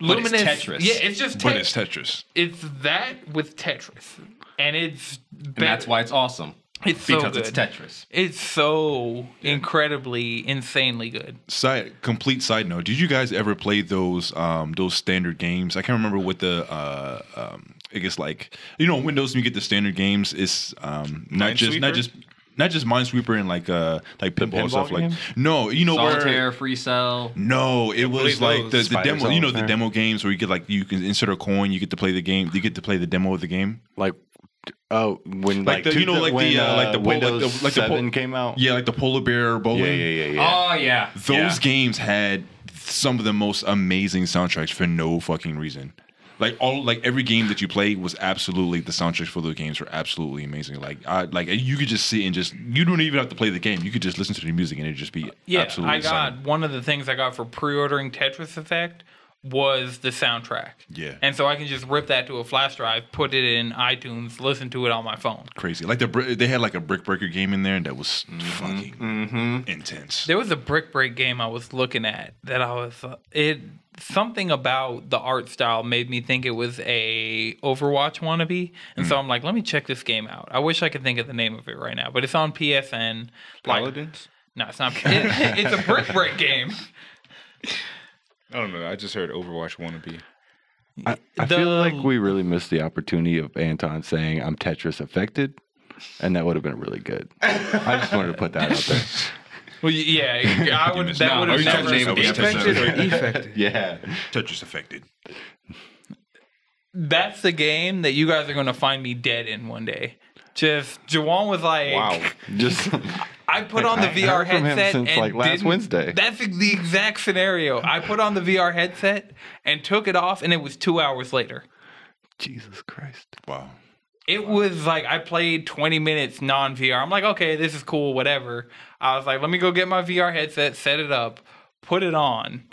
Speaker 2: But it's
Speaker 1: Luminous
Speaker 2: Tetris.
Speaker 1: Yeah, it's just
Speaker 5: but
Speaker 1: Tetris
Speaker 5: it's Tetris.
Speaker 1: it's that with Tetris, and it's
Speaker 2: and that's why it's awesome.
Speaker 1: it's so
Speaker 2: Because
Speaker 1: good.
Speaker 2: it's Tetris.
Speaker 1: It's so incredibly, insanely good.
Speaker 5: Side complete side note. Did you guys ever play those um those standard games? I can't remember what the uh um I guess like you know on Windows when you get the standard games it's um not just
Speaker 3: Minesweeper?
Speaker 5: not just not just Minesweeper and like uh like pinball, and
Speaker 4: pinball
Speaker 5: stuff
Speaker 4: game?
Speaker 5: like no you know where
Speaker 2: Solitaire, Free Cell.
Speaker 5: no, it was
Speaker 3: played
Speaker 5: like the,
Speaker 3: those.
Speaker 5: the
Speaker 6: Spider
Speaker 5: demo. You know the
Speaker 6: Solitaire.
Speaker 5: demo games where you get like you can insert a coin, you get to play the game, you get to play the demo of the game.
Speaker 6: Like oh when like,
Speaker 5: Like the- you
Speaker 6: two-
Speaker 5: know, like the,
Speaker 6: when,
Speaker 5: uh, like the pol- like the-
Speaker 6: Windows
Speaker 5: like the pol-
Speaker 6: seven came out.
Speaker 5: Yeah, Um, like the polar bear bowling.
Speaker 6: Yeah, yeah, yeah, yeah.
Speaker 2: Oh yeah.
Speaker 5: Those games had some of the most amazing soundtracks for no fucking reason. Like all like every game that you played was absolutely the soundtracks for those games were absolutely amazing. Like I like you could just sit and just you don't even have to play the game. You could just listen to the music and it'd just be
Speaker 1: Uh, Yeah,
Speaker 5: absolutely
Speaker 1: I got
Speaker 5: stunning.
Speaker 1: one of the things I got for pre-ordering Tetris Effect was the soundtrack.
Speaker 5: Yeah.
Speaker 1: And so I can just rip that to a flash drive, put it in iTunes, listen to it on my phone.
Speaker 5: Crazy. Like the br- they had like a brick breaker game in there that was fucking intense.
Speaker 1: Mm-hmm, There was a brick break game I was looking at that I was uh, it something about the art style made me think it was a Overwatch wannabe, and
Speaker 5: Hmm.
Speaker 1: so I'm like, let me check this game out. I wish I could think of the name of it right now, but it's on PSN. Like-
Speaker 3: Paladins?
Speaker 1: no, it's not. It, it's a brick break game.
Speaker 3: I don't know. I just heard Overwatch wannabe.
Speaker 6: I, I
Speaker 1: The-
Speaker 6: feel like we really missed the opportunity of Anton saying I'm Tetris affected, and that would have been really good. I just wanted to put that out there.
Speaker 1: Well, y- yeah, I would. That
Speaker 5: Nah,
Speaker 1: would
Speaker 5: are
Speaker 1: have
Speaker 5: you trying to
Speaker 1: never.
Speaker 5: name the
Speaker 3: Affected
Speaker 5: episode?
Speaker 3: or effected?
Speaker 6: Yeah,
Speaker 5: Tetris affected.
Speaker 1: That's the game that you guys are going to find me dead in one day. Just Jawan was like,
Speaker 3: Wow.
Speaker 6: just
Speaker 1: I put
Speaker 6: Like,
Speaker 1: on the
Speaker 6: I
Speaker 1: VR
Speaker 6: heard from him
Speaker 1: headset
Speaker 6: since,
Speaker 1: and
Speaker 6: like, last
Speaker 1: didn't-
Speaker 6: Wednesday.
Speaker 1: That's the exact scenario. I put on the VR headset and took it off, and it was two hours later.
Speaker 6: Jesus Christ.
Speaker 5: Wow.
Speaker 1: It was like I played 20 minutes non VR. I'm like, okay, this is cool, whatever. I was like, let me go get my VR headset, set it up, put it on.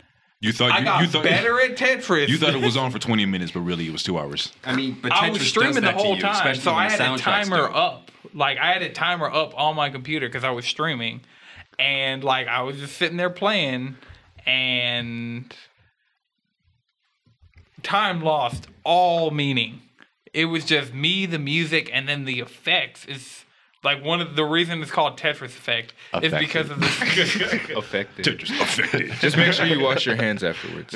Speaker 5: You thought
Speaker 1: I
Speaker 5: you,
Speaker 1: got
Speaker 5: you thought
Speaker 1: better at Tetris.
Speaker 5: you thought it was on for 20 minutes, but really it was two hours.
Speaker 2: I mean, but
Speaker 1: I was
Speaker 2: Tetris does
Speaker 1: streaming the
Speaker 2: that to
Speaker 1: whole
Speaker 2: you,
Speaker 1: time,
Speaker 2: especially
Speaker 1: so
Speaker 2: when
Speaker 1: I
Speaker 2: the
Speaker 1: had a
Speaker 2: soundtracks
Speaker 1: timer
Speaker 2: do.
Speaker 1: up. Like I had a timer up on my computer because I was streaming, and like I was just sitting there playing, and time lost all meaning. It was just me, the music, and then the effects. Is like one of the reason it's called Tetris effect is
Speaker 6: Affected.
Speaker 1: because of the
Speaker 3: Affected.
Speaker 5: Tetris affected.
Speaker 3: Just make sure you wash your hands afterwards.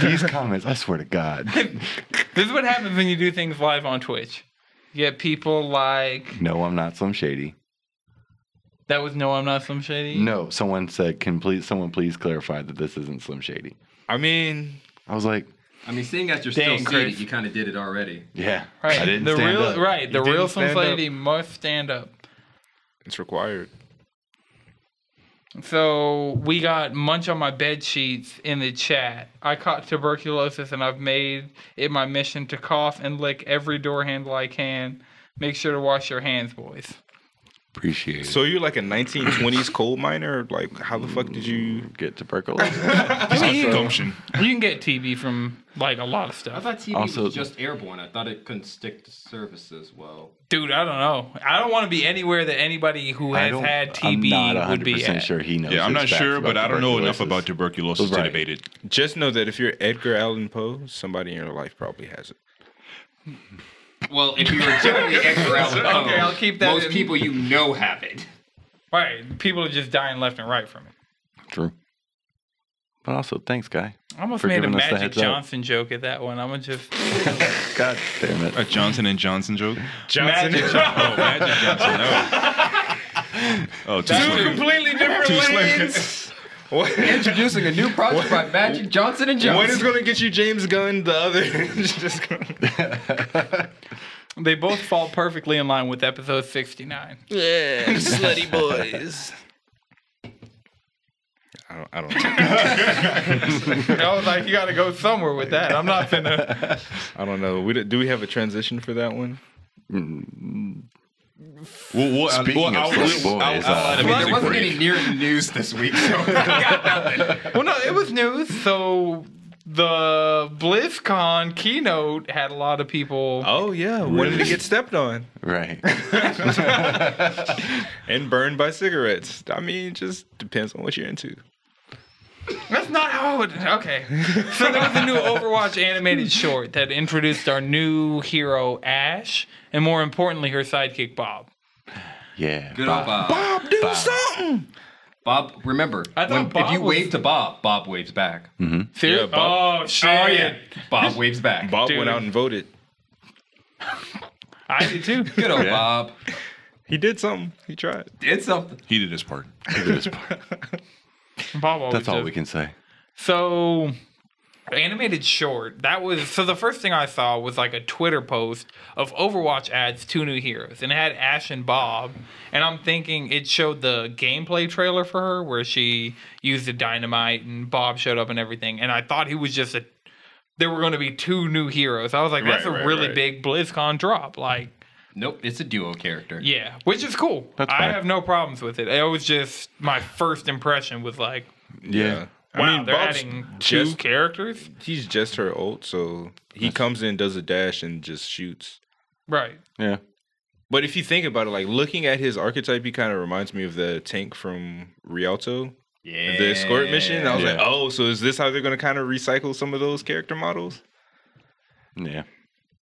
Speaker 6: These comments, I swear to God.
Speaker 1: this is what happens when you do things live on Twitch. You get people like
Speaker 6: No, I'm not Slim Shady.
Speaker 1: that was no, I'm not some shady.
Speaker 6: No, someone said, can please, someone please clarify that this isn't Slim Shady.
Speaker 3: I mean,
Speaker 6: I was like,
Speaker 2: I mean, seeing as you're
Speaker 1: Dang,
Speaker 2: still seated,
Speaker 1: Chris.
Speaker 2: you kind of did it already.
Speaker 6: yeah,
Speaker 1: Right.
Speaker 6: I didn't
Speaker 1: the
Speaker 6: stand
Speaker 1: real
Speaker 6: up.
Speaker 1: right, the
Speaker 3: didn't
Speaker 1: real Slim
Speaker 3: stand up.
Speaker 1: Shady must stand up.
Speaker 3: it's required.
Speaker 1: So we got munch on my bed sheets in the chat. I caught tuberculosis and I've made it my mission to cough and lick every door handle I can. Make sure to wash your hands, boys.
Speaker 6: Appreciate it.
Speaker 3: So you're like a 1920s coal miner? Like, how the fuck did you?
Speaker 6: Get tuberculosis.
Speaker 1: I mean, you,
Speaker 5: Gumption.
Speaker 1: you can get TB from like a lot of
Speaker 2: I
Speaker 1: stuff,
Speaker 2: thought TV
Speaker 6: Also-
Speaker 2: was just airborne. I thought it couldn't stick to service as well.
Speaker 1: dude. I don't know. I don't want to be anywhere that anybody who
Speaker 6: I
Speaker 1: has
Speaker 6: don't-
Speaker 1: had
Speaker 6: I'm
Speaker 1: TB
Speaker 6: not 100%
Speaker 1: would be at.
Speaker 6: sure he knows.
Speaker 5: Yeah,
Speaker 6: his
Speaker 5: I'm not
Speaker 6: facts
Speaker 5: sure, but
Speaker 6: about
Speaker 5: I don't know enough about
Speaker 6: tuberculosis.
Speaker 5: tuberculosis to
Speaker 6: Right.
Speaker 5: debate it.
Speaker 3: Just know that if you're Edgar Allan Poe, somebody in your life probably has it.
Speaker 2: Well, if you were generally Edgar Allan Poe,
Speaker 1: Okay, I'll keep that
Speaker 2: Most
Speaker 1: in.
Speaker 2: people you know have it.
Speaker 1: Right? People are just dying left and right from it.
Speaker 6: True. But also, thanks, guy.
Speaker 1: I almost
Speaker 6: for
Speaker 1: made a
Speaker 6: giving us the
Speaker 1: Magic
Speaker 6: heads up.
Speaker 1: Johnson joke at that one. I'm gonna just
Speaker 6: God damn it.
Speaker 5: A Johnson and Johnson joke.
Speaker 3: Johnson.
Speaker 1: Magic
Speaker 5: Oh, Magic Johnson. Oh, oh too
Speaker 1: Two
Speaker 5: slim.
Speaker 1: completely different lanes.
Speaker 3: What-
Speaker 2: Introducing a new project by Magic Johnson and Johnson.
Speaker 3: One is going to get you James Gunn, the other is just going to.
Speaker 1: They both fall perfectly in line with episode 69.
Speaker 7: Yeah, slutty boys.
Speaker 3: I don't, I don't know.
Speaker 1: I was like, you got to go somewhere with that. I'm not gonna.
Speaker 3: I don't know. We, d- do we have a transition for that one?
Speaker 5: Well, well, I-
Speaker 6: Speaking
Speaker 5: well,
Speaker 6: of
Speaker 5: I'll-
Speaker 6: slim
Speaker 5: well, I'll-
Speaker 6: boys,
Speaker 5: I'll
Speaker 6: uh,
Speaker 5: add
Speaker 2: I
Speaker 5: a
Speaker 2: mean, there
Speaker 5: music
Speaker 2: wasn't
Speaker 5: break.
Speaker 2: any near news this week, so
Speaker 1: Well, no, it was news. So the BlizzCon keynote had a lot of people.
Speaker 3: Oh, yeah. When did it get stepped on?
Speaker 6: Right.
Speaker 3: And burned by cigarettes. I mean, just depends on what you're into.
Speaker 1: That's not how it. Okay. So there was a new Overwatch animated short that introduced our new hero, Ash, and more importantly, her sidekick, Bob.
Speaker 6: Yeah.
Speaker 2: good old Bob.
Speaker 3: Bob, do something.
Speaker 2: Bob, remember,
Speaker 1: I thought
Speaker 2: when-
Speaker 1: Bob
Speaker 2: if you
Speaker 1: was-
Speaker 2: wave to Bob, Bob waves back.
Speaker 3: Hmm.
Speaker 1: Seriously?
Speaker 3: Yeah, Bob.
Speaker 1: Oh, shit.
Speaker 2: Bob waves back.
Speaker 3: Bob
Speaker 1: Dude.
Speaker 3: went out and voted.
Speaker 1: I did too.
Speaker 2: Good old Bob.
Speaker 3: He did something. He tried.
Speaker 2: Did something.
Speaker 5: He did his part.
Speaker 1: Bob always
Speaker 6: That's all
Speaker 1: does
Speaker 6: we can say.
Speaker 1: So animated short that was so the first thing i saw was like a twitter post of overwatch ads two new heroes and it had ash and bob and i'm thinking it showed the gameplay trailer for her where she used the dynamite and bob showed up and everything and i thought he was just a there were going to be two new heroes i was like that's
Speaker 3: Right,
Speaker 1: a
Speaker 3: right,
Speaker 1: really
Speaker 3: right.
Speaker 1: big blizzcon drop like
Speaker 2: Nope, it's a duo character.
Speaker 1: yeah which is cool
Speaker 6: That's
Speaker 1: i
Speaker 6: fine.
Speaker 1: have no problems with it it was just my first impression was like
Speaker 6: Yeah.
Speaker 1: Wow,
Speaker 3: I mean,
Speaker 1: they're
Speaker 3: Bob's
Speaker 1: adding
Speaker 3: two.
Speaker 1: two characters,
Speaker 3: He's just her ult, so he comes in, does a dash, and just shoots.
Speaker 1: right?
Speaker 6: Yeah.
Speaker 3: But if you think about it, like looking at his archetype, he kind of reminds me of the tank from Rialto,
Speaker 2: Yeah.
Speaker 3: the escort mission. I was like,
Speaker 6: Yeah.
Speaker 3: oh, so is this how they're going to kind of recycle some of those character models?
Speaker 6: Yeah.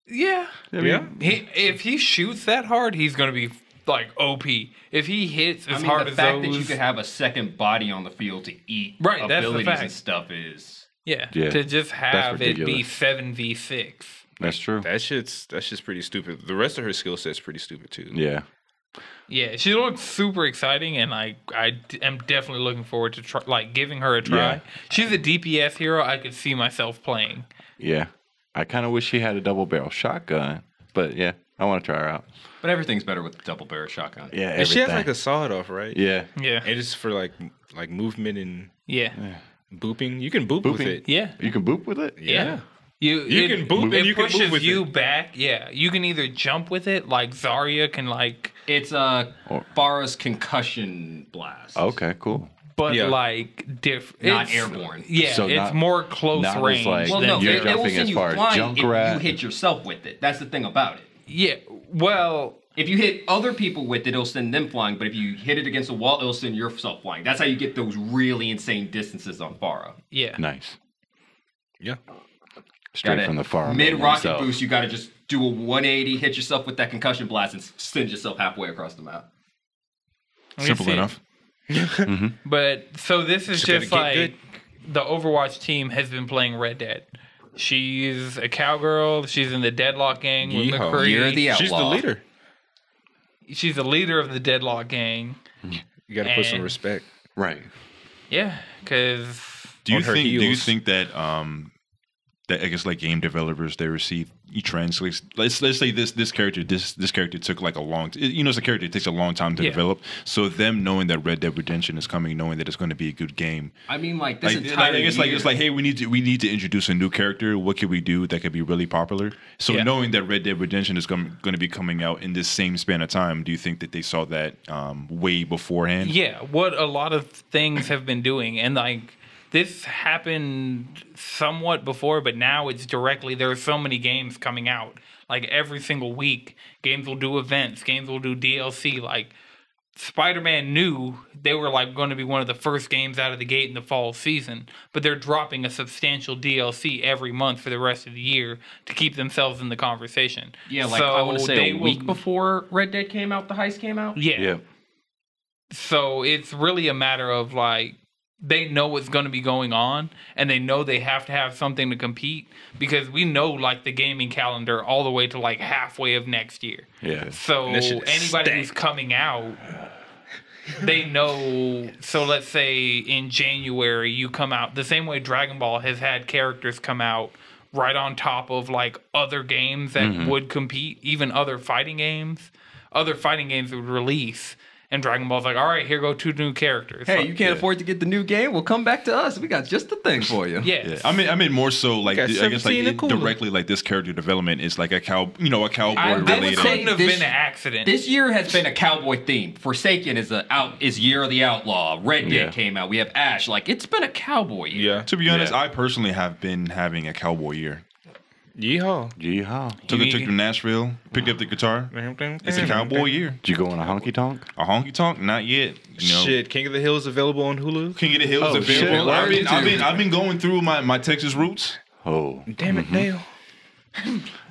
Speaker 1: Yeah.
Speaker 6: I
Speaker 3: yeah.
Speaker 1: He if he shoots that hard, he's gonna be like OP. If he hits as
Speaker 2: I mean,
Speaker 1: hard
Speaker 2: the
Speaker 1: as
Speaker 2: fact
Speaker 1: those,
Speaker 2: that you could have a second body on the field to eat
Speaker 1: Right, that's the
Speaker 2: abilities
Speaker 1: fact.
Speaker 2: and stuff is
Speaker 1: yeah,
Speaker 6: Yeah,
Speaker 1: to just have it be
Speaker 6: ridiculous.
Speaker 1: seven v six.
Speaker 6: That's true.
Speaker 3: That shit's that shit's pretty stupid. The rest of her skill set's pretty stupid too.
Speaker 6: Yeah.
Speaker 1: Yeah, she looks super exciting, and I I d- am definitely looking forward to try, like giving her a try.
Speaker 6: Yeah.
Speaker 1: She's a DPS hero. I could see myself playing.
Speaker 6: Yeah. I kind of wish she had a double barrel shotgun, but yeah, I want to try her out.
Speaker 2: but everything's better with the double barrel shotgun.
Speaker 6: Yeah.
Speaker 3: And she has like a sawed off, right?
Speaker 6: yeah.
Speaker 1: Yeah,
Speaker 3: It is for like m- like movement and
Speaker 1: yeah,
Speaker 3: booping. You can boop with
Speaker 6: Booping.
Speaker 3: it.
Speaker 1: yeah,
Speaker 6: You can boop with it.
Speaker 1: yeah. You
Speaker 3: You can boop
Speaker 1: it
Speaker 3: and you can move
Speaker 1: pushes
Speaker 3: with
Speaker 1: you
Speaker 3: it.
Speaker 1: back. Yeah, you can either jump with it, like Zarya can like,
Speaker 2: It's uh
Speaker 6: Or-
Speaker 2: Farah's concussion blast.
Speaker 6: Okay. Cool.
Speaker 1: but
Speaker 3: Yeah.
Speaker 1: like different.
Speaker 2: Not airborne.
Speaker 1: Yeah,
Speaker 6: So
Speaker 1: it's
Speaker 6: not-
Speaker 1: more close
Speaker 6: not as,
Speaker 1: range.
Speaker 6: like,
Speaker 2: Well,
Speaker 1: than
Speaker 2: no,
Speaker 6: You're
Speaker 2: it,
Speaker 1: Zarya.
Speaker 2: it will
Speaker 6: jumping
Speaker 2: send
Speaker 6: as
Speaker 2: you
Speaker 6: far as
Speaker 2: flying if
Speaker 6: Junkrat.
Speaker 2: you hit yourself with it. That's the thing about it.
Speaker 1: Yeah. Well,
Speaker 2: If you hit other people with it, it'll send them flying. But if you hit it against a wall, it'll send yourself flying. That's how you get those really insane distances on Farah.
Speaker 1: yeah.
Speaker 6: Nice.
Speaker 3: Yeah.
Speaker 6: Straight
Speaker 2: Gotta-
Speaker 6: from the farm.
Speaker 2: Mid rocket boost, you got to just do a 180, hit yourself with that concussion blast, and s- send yourself halfway across the map.
Speaker 1: Let me
Speaker 5: Simple
Speaker 1: see.
Speaker 5: enough.
Speaker 1: But so this is
Speaker 3: Just gotta
Speaker 1: just
Speaker 3: get
Speaker 1: like
Speaker 3: good.
Speaker 1: the Overwatch team has been playing Red Dead. She's a cowgirl. She's in the Deadlock gang with
Speaker 3: Yeehaw.
Speaker 1: McCree.
Speaker 2: You're the
Speaker 3: She's the
Speaker 2: outlaw.
Speaker 3: leader.
Speaker 1: She's the leader of the Deadlock gang.
Speaker 3: You got to put some
Speaker 1: And-
Speaker 3: respect.
Speaker 6: Right.
Speaker 1: Yeah, because
Speaker 5: Do you
Speaker 3: on her
Speaker 5: think? Do you
Speaker 3: heels.
Speaker 5: think that? Um, that I guess like game developers they receive e trends. Like, let's let's say this this character this this character took like a long. You know, it's a character it takes a long time to
Speaker 1: Yeah.
Speaker 5: develop. So them knowing that Red Dead Redemption is coming, knowing that it's going to be a good game,
Speaker 2: I mean, like this
Speaker 5: like, like,
Speaker 2: entire
Speaker 5: I guess like
Speaker 2: year-
Speaker 5: it's like hey we need to we need to introduce a new character what could we do that could be really popular so
Speaker 1: Yeah.
Speaker 5: knowing that red dead redemption is going to be coming out in this same span of time do you think that they saw that um, way beforehand
Speaker 1: yeah, what a lot of things have been doing, and like this happened somewhat before, but now it's directly. There are so many games coming out, like every single week. Games will do events. Games will do DLC. Like Spider-Man knew they were like going to be one of the first games out of the gate in the fall season, but they're dropping a substantial DLC every month for the rest of the year to keep themselves in the conversation.
Speaker 2: yeah, like I want to say
Speaker 1: they
Speaker 2: a
Speaker 1: will-
Speaker 2: week before Red Dead came out, the heist came out.
Speaker 1: Yeah.
Speaker 6: Yeah.
Speaker 1: So it's really a matter of like they know what's going to be going on and they know they have to have something to compete because we know like the gaming calendar all the way to like halfway of next year.
Speaker 6: Yeah.
Speaker 1: So
Speaker 3: And that shit
Speaker 1: anybody
Speaker 3: is
Speaker 1: who's coming out they know so let's say in January you come out the same way Dragon Ball has had characters come out right on top of like other games that would compete, even other fighting games. Other fighting games would release and Dragon Ball's like, all right, here go two new characters.
Speaker 2: Hey,
Speaker 1: Like,
Speaker 2: you can't afford to get the new game? Well, come back to us. We got just the thing for you.
Speaker 1: yeah.
Speaker 5: Yeah, I mean, I mean more so like
Speaker 3: Got
Speaker 5: the- I guess like
Speaker 3: 17
Speaker 5: it-
Speaker 3: and cooler.
Speaker 5: directly like this character development is like a cow, you know, a cowboy
Speaker 1: I,
Speaker 2: I
Speaker 1: this
Speaker 5: related.
Speaker 1: couldn't have
Speaker 2: This-
Speaker 1: been an accident.
Speaker 2: This year has been a cowboy theme. Forsaken is a out is year of the outlaw. Red Dead
Speaker 6: Yeah.
Speaker 2: came out. We have Ash. Like it's been a cowboy year.
Speaker 3: Yeah.
Speaker 5: to be honest, I personally have been having a cowboy year.
Speaker 3: Yeehaw.
Speaker 6: Yeehaw.
Speaker 5: Took
Speaker 1: You- Mm.
Speaker 5: a trip to Nashville, picked up the guitar. It's
Speaker 3: Mm-hmm.
Speaker 5: a cowboy year.
Speaker 6: Did you go on a honky tonk?
Speaker 5: A honky tonk, not yet. You know.
Speaker 3: Shit, King of the Hill is available on Hulu.
Speaker 5: King of the Hills
Speaker 6: Oh, shit.
Speaker 5: available.
Speaker 6: Why
Speaker 5: I've
Speaker 6: are you
Speaker 5: been, I've
Speaker 6: two?
Speaker 5: been, I've been going through my, my Texas roots.
Speaker 6: Oh.
Speaker 3: Damn
Speaker 5: Mm-hmm.
Speaker 3: it, Dale.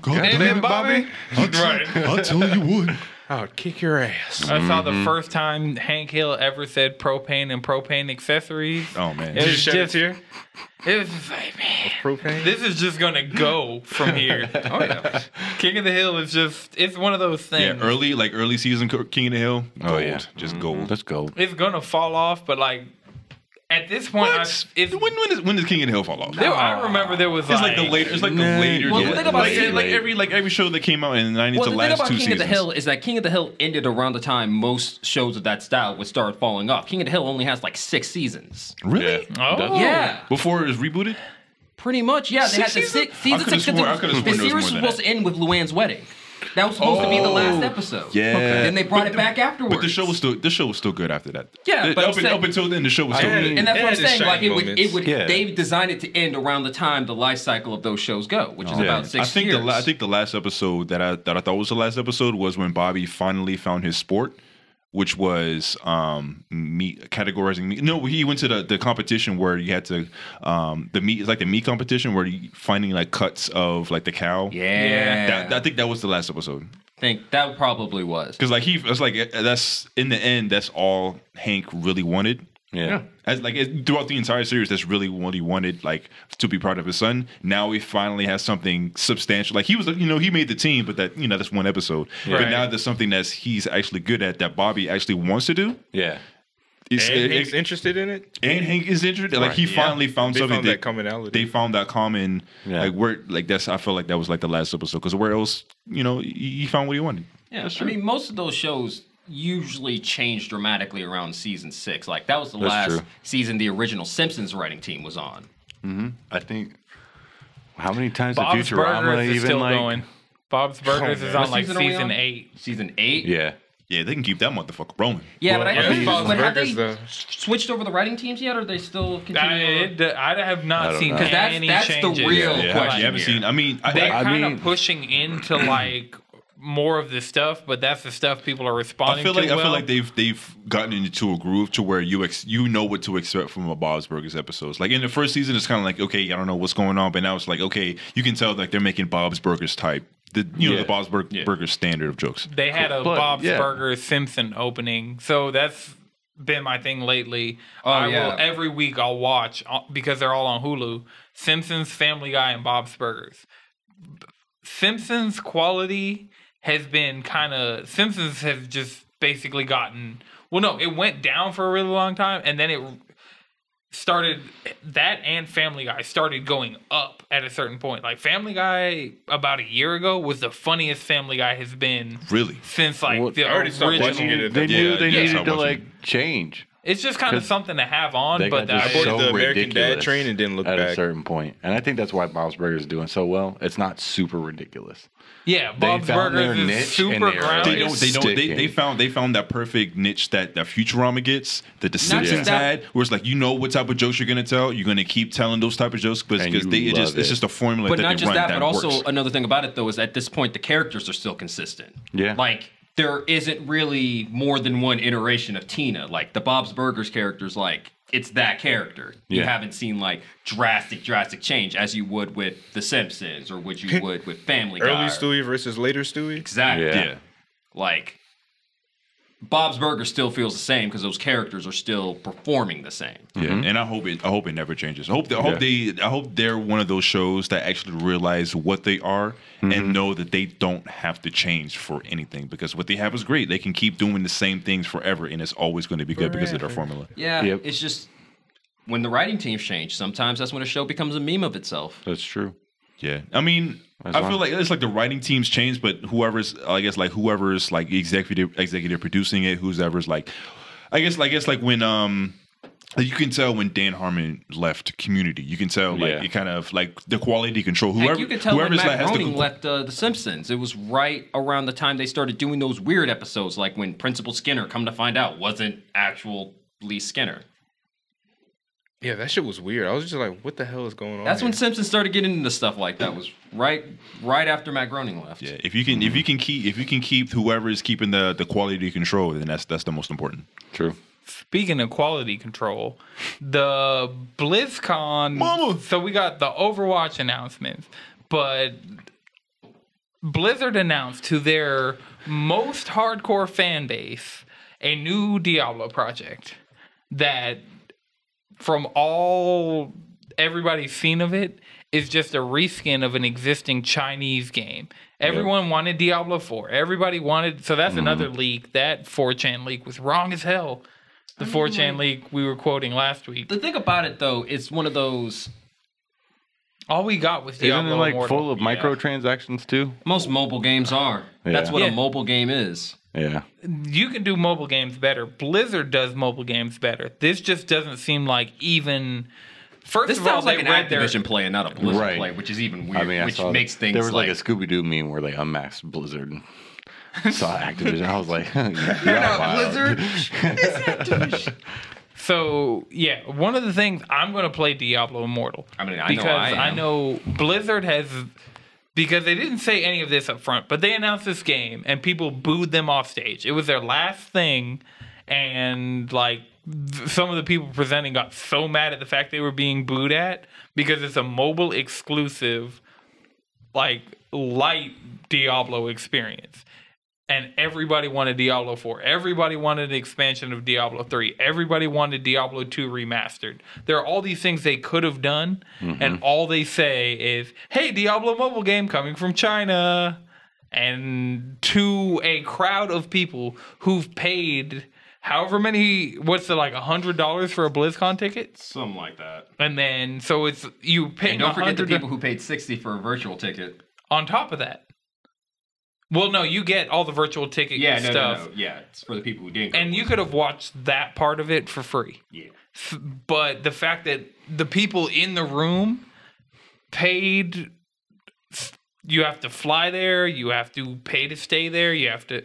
Speaker 5: Go
Speaker 1: Damn it, Bobby. Right.
Speaker 5: I'll tell you what.
Speaker 3: I'll Oh, kick your ass.
Speaker 1: I saw the first time Hank Hill ever said propane and propane accessories.
Speaker 5: Oh man.
Speaker 1: It
Speaker 3: Did you
Speaker 1: was
Speaker 3: shed a
Speaker 1: just-
Speaker 3: tear?
Speaker 1: It was just like, man,
Speaker 3: Propane?
Speaker 1: this is just gonna go from here.
Speaker 2: Oh yeah.
Speaker 1: King of the Hill is just it's one of those
Speaker 5: yeah,
Speaker 1: things.
Speaker 5: early like early season Co- King of the Hill. Gold.
Speaker 6: Oh, yeah.
Speaker 5: Just gold.
Speaker 6: Let's go.
Speaker 1: It's gonna fall off, but like at this point, I,
Speaker 5: What?
Speaker 1: it's,
Speaker 5: when when is when does King of the Hill fall off?
Speaker 1: there, I remember there was
Speaker 5: It's
Speaker 1: like,
Speaker 5: like the later. It's like the
Speaker 6: Nah,
Speaker 5: later.
Speaker 2: Well,
Speaker 5: yeah.
Speaker 2: think about
Speaker 5: like,
Speaker 2: it.
Speaker 5: like every like every show that came out in the nineties,
Speaker 2: Well,
Speaker 5: the
Speaker 2: the thing
Speaker 5: last
Speaker 2: about
Speaker 5: two
Speaker 2: King of
Speaker 5: seasons.
Speaker 2: the Hill is that King of the Hill ended around the time most shows of that style would start falling off. King of the Hill only has like six seasons.
Speaker 5: Really?
Speaker 1: Oh,
Speaker 2: Yeah,
Speaker 5: Before it was rebooted.
Speaker 2: pretty much. Yeah, they
Speaker 5: Six
Speaker 2: had the
Speaker 5: seasons?
Speaker 2: six
Speaker 5: I
Speaker 2: season
Speaker 5: could've
Speaker 2: six. 'cause
Speaker 5: swore-
Speaker 2: it
Speaker 5: I
Speaker 2: was-
Speaker 5: could've
Speaker 2: the
Speaker 5: sworn there was
Speaker 2: series
Speaker 5: more
Speaker 2: was
Speaker 5: than
Speaker 2: supposed
Speaker 5: that.
Speaker 2: to end with Luann's wedding. That was supposed to be the last
Speaker 5: Oh,
Speaker 2: episode.
Speaker 5: yeah. Okay.
Speaker 2: Then they brought
Speaker 5: But
Speaker 2: it
Speaker 5: the-
Speaker 2: back afterwards.
Speaker 5: But the show was still the show was still good after that.
Speaker 2: Yeah,
Speaker 5: The-
Speaker 2: but I'm
Speaker 5: up, and-
Speaker 2: saying-
Speaker 5: up until then, the show was still
Speaker 3: had
Speaker 5: good.
Speaker 3: it.
Speaker 2: And that's
Speaker 3: It
Speaker 2: what I'm
Speaker 3: had its
Speaker 2: saying. Like it
Speaker 3: shining
Speaker 2: would, it
Speaker 3: moments.
Speaker 2: would.
Speaker 6: Yeah.
Speaker 2: They designed it to end around the time the life cycle of those shows go, which is
Speaker 5: Yeah.
Speaker 2: about six
Speaker 5: I think
Speaker 2: years.
Speaker 5: the la- I think the last episode that I that I thought was the last episode was when Bobby finally found his sport, which was um meat categorizing meat. No, he went to the, the competition where you had to um the meat is like the meat competition where you finding like cuts of like the cow.
Speaker 2: yeah,
Speaker 5: That, I think that was the last episode
Speaker 2: I think that probably was.
Speaker 5: because like he it's like eh, that's in the end that's all Hank really wanted.
Speaker 6: yeah.
Speaker 5: As like it, throughout the entire series, that's really what he wanted, like to be proud of his son. Now he finally has something substantial. Like he was, you know, he made the team, but that you know that's one episode. But
Speaker 1: Right.
Speaker 5: now there's something that's he's actually good at that Bobby actually wants to do.
Speaker 6: Yeah.
Speaker 5: It's-
Speaker 3: And
Speaker 5: it-
Speaker 3: Hank's
Speaker 5: it-
Speaker 3: interested in it.
Speaker 5: and Hank is interested. Like he finally found
Speaker 3: They
Speaker 5: something
Speaker 3: found that commonality.
Speaker 5: They found that common.
Speaker 6: Yeah.
Speaker 5: Like where, like that's. I felt like that was like the last episode because where else, you know, he he found what he wanted.
Speaker 2: Yeah, I mean, most of those shows usually change dramatically around season six. Like that was the
Speaker 6: That's
Speaker 2: last
Speaker 6: true.
Speaker 2: season the original Simpsons writing team was on.
Speaker 6: I think. How many times did
Speaker 1: Bob's
Speaker 6: Futurama
Speaker 1: Burgers is
Speaker 6: even
Speaker 1: still
Speaker 6: like?
Speaker 1: going.
Speaker 5: Oh,
Speaker 1: Bob's Burgers is
Speaker 2: What
Speaker 1: on like
Speaker 2: season are we
Speaker 1: season
Speaker 2: on?
Speaker 1: eight.
Speaker 2: Season eight.
Speaker 6: Yeah.
Speaker 5: Yeah, they can keep that motherfucker rolling.
Speaker 2: yeah, but
Speaker 3: I
Speaker 2: I
Speaker 3: think
Speaker 2: think
Speaker 3: Bob's
Speaker 2: when have they
Speaker 3: Burgers, though.
Speaker 2: switched over the writing teams yet, or are they still
Speaker 1: I,
Speaker 2: continuing?
Speaker 1: it, I have not
Speaker 6: don't
Speaker 1: seen
Speaker 6: know.
Speaker 2: 'Cause that's-
Speaker 1: any
Speaker 2: that's the
Speaker 1: changes.
Speaker 2: real
Speaker 5: Yeah,
Speaker 2: question
Speaker 5: you haven't
Speaker 2: here.
Speaker 5: seen. I mean, I,
Speaker 1: They're
Speaker 5: I-
Speaker 1: kind
Speaker 6: mean-
Speaker 1: of pushing into like more of the stuff, but that's the stuff people are responding
Speaker 5: I feel
Speaker 1: to.
Speaker 5: like I feel
Speaker 1: well.
Speaker 5: like they've they've gotten into a groove to where you ex- you know what to expect from a Bob's Burgers episodes. Like in the first season, it's kind of like okay, I don't know what's going on, but now it's like okay, you can tell like they're making Bob's Burgers type the you know
Speaker 6: Yeah.
Speaker 5: the Bob's Bur- Burgers standard of jokes.
Speaker 1: They had a
Speaker 6: But,
Speaker 1: Bob's
Speaker 6: yeah.
Speaker 1: Burger Simpson opening, so that's been my thing lately.
Speaker 2: Oh,
Speaker 1: I
Speaker 2: yeah.
Speaker 1: will every week I'll watch uh, because they're all on Hulu. Simpsons, Family Guy, and Bob's Burgers. Simpsons quality has been kind of Simpsons have just basically gotten well no it went down for a really long time and then it started that and Family Guy started going up at a certain point like Family Guy about a year ago was the funniest Family Guy has been
Speaker 5: Really,
Speaker 1: since like
Speaker 6: Well,
Speaker 1: the
Speaker 3: I already stopped
Speaker 1: original.
Speaker 3: watching it at that
Speaker 6: They knew
Speaker 5: Yeah,
Speaker 6: they
Speaker 5: yeah.
Speaker 6: needed
Speaker 5: Yeah.
Speaker 6: to like change
Speaker 1: It's just kind of
Speaker 6: 'Cause
Speaker 1: something to have on,
Speaker 6: they
Speaker 1: but
Speaker 6: got
Speaker 1: the,
Speaker 6: just
Speaker 3: I
Speaker 1: idea-
Speaker 3: boarded
Speaker 6: so
Speaker 3: the American Dad
Speaker 6: ridiculous
Speaker 3: train and didn't look
Speaker 6: at
Speaker 3: back.
Speaker 6: a certain point, and I think that's why Bob's Burgers is doing so well. It's not super ridiculous.
Speaker 1: yeah, Bob's
Speaker 6: found their
Speaker 1: Burgers
Speaker 6: niche
Speaker 1: is
Speaker 6: and
Speaker 1: super
Speaker 6: they're
Speaker 1: grounded.
Speaker 5: they
Speaker 6: Like
Speaker 5: don't they don't they, they
Speaker 6: sticking.
Speaker 5: found they found that perfect niche that that Futurama gets that the Simpsons
Speaker 2: that-
Speaker 5: had, where it's like you know what type of jokes you're gonna tell, you're gonna keep telling those type of jokes because
Speaker 6: And
Speaker 5: because
Speaker 6: you
Speaker 5: they it
Speaker 6: love
Speaker 5: just it's
Speaker 6: it.
Speaker 5: just a formula.
Speaker 2: But
Speaker 5: that
Speaker 2: not
Speaker 5: they
Speaker 2: just
Speaker 5: run
Speaker 2: that, but also
Speaker 5: works.
Speaker 2: another thing about it though is at this point the characters are still consistent.
Speaker 6: Yeah.
Speaker 2: Like there isn't really more than one iteration of Tina. Like the Bob's Burgers character's like it's that character. You
Speaker 6: Yeah.
Speaker 2: haven't seen like drastic, drastic change as you would with The Simpsons or what you would with Family Guy.
Speaker 3: Early
Speaker 2: or-
Speaker 3: Stewie versus later Stewie.
Speaker 2: Exactly.
Speaker 6: Yeah.
Speaker 5: yeah.
Speaker 2: Like Bob's Burgers still feels the same because those characters are still performing the same.
Speaker 5: Yeah, and I hope it. I hope it never changes. I hope. They, I hope they. I hope they're one of those shows that actually realize what they are and know that they don't have to change for anything because what they have is great. They can keep doing the same things forever, and it's always going to be good because of their formula.
Speaker 2: Yeah.
Speaker 6: Yep.
Speaker 2: It's just when the writing teams change, sometimes that's when a show becomes a meme of itself.
Speaker 6: That's true.
Speaker 5: Yeah, I mean,
Speaker 6: As
Speaker 5: I
Speaker 6: long-
Speaker 5: feel like it's like the writing teams change, but whoever's, I guess, like whoever's like executive executive producing it, who's ever's like, I guess, I guess, like when um. like, You can tell when Dan Harmon left Community. You can tell, like
Speaker 6: Yeah.
Speaker 5: it kind of like the quality control. Whoever,
Speaker 2: Heck, you could tell when
Speaker 5: whoever's
Speaker 2: Matt
Speaker 5: like, has to
Speaker 2: Groening left uh, The Simpsons. It was right around the time they started doing those weird episodes, like when Principal Skinner, come to find out, wasn't actual Lee Skinner.
Speaker 3: Yeah, that shit was weird. I was just like, what the hell is going on?
Speaker 2: That's when
Speaker 3: here?
Speaker 2: Simpsons started getting into stuff like that. Was right, right after Matt Groening left.
Speaker 5: Yeah, if you can, if you can keep, if you can keep whoever is keeping the the quality control, then that's that's the most important.
Speaker 6: True.
Speaker 1: Speaking of quality control, the BlizzCon.
Speaker 5: Mama!
Speaker 1: So we got the Overwatch announcements, but Blizzard announced to their most hardcore fan base a new Diablo project that, from all everybody's seen of it, is just a reskin of an existing Chinese game. Everyone wanted Diablo 4. Everybody wanted. So
Speaker 6: Mm-hmm.
Speaker 1: that's another leak. That 4chan leak was wrong as hell. The 4chan leak we were quoting last week.
Speaker 2: The thing about it though, it's one of those
Speaker 1: All we got was
Speaker 6: Isn't
Speaker 1: Diablo
Speaker 6: it like
Speaker 1: Immortal.
Speaker 6: full of microtransactions too?
Speaker 2: most mobile games are.
Speaker 6: Yeah.
Speaker 2: That's what
Speaker 1: Yeah.
Speaker 2: a mobile game is.
Speaker 6: Yeah.
Speaker 1: you can do mobile games better. Blizzard does mobile games better. This just doesn't seem like even First
Speaker 2: This
Speaker 1: of all,
Speaker 2: sounds like
Speaker 1: they
Speaker 2: an
Speaker 1: read their
Speaker 2: Activision play and not a Blizzard
Speaker 6: Right.
Speaker 2: play, which is even weird,
Speaker 6: I mean, I
Speaker 2: which
Speaker 6: saw-
Speaker 2: makes things
Speaker 6: There was like,
Speaker 2: like,
Speaker 6: a Scooby Doo meme where they unmasked Blizzard. and Saw Activision. I was like, you're
Speaker 2: not Blizzard.
Speaker 1: So yeah, one of the things I'm gonna play Diablo Immortal.
Speaker 2: I mean, I know
Speaker 1: because
Speaker 2: I am.
Speaker 1: know Blizzard has because they didn't say any of this up front, but they announced this game and people booed them off stage. It was their last thing, and like th- some of the people presenting got so mad at the fact they were being booed at because it's a mobile exclusive, like light Diablo experience and everybody wanted Diablo 4. Everybody wanted an expansion of Diablo 3. Everybody wanted Diablo 2 remastered. There are all these things they could have done,
Speaker 2: Mm-hmm.
Speaker 1: and all they say is, hey, Diablo mobile game coming from China. And to a crowd of people who've paid however many, what's it like, $100 for a BlizzCon ticket?
Speaker 2: something like that.
Speaker 1: And then, so it's, you pay.
Speaker 2: And don't forget the people who paid sixty for a virtual ticket.
Speaker 1: on top of that. Well, no, you get all the virtual ticket
Speaker 2: Yeah, no,
Speaker 1: stuff.
Speaker 2: no, no, yeah. It's for the people who didn't. go.
Speaker 1: and you could have watched that part of it for free.
Speaker 2: Yeah.
Speaker 1: F- But the fact that the people in the room paid, you have to fly there, you have to pay to stay there, you have to.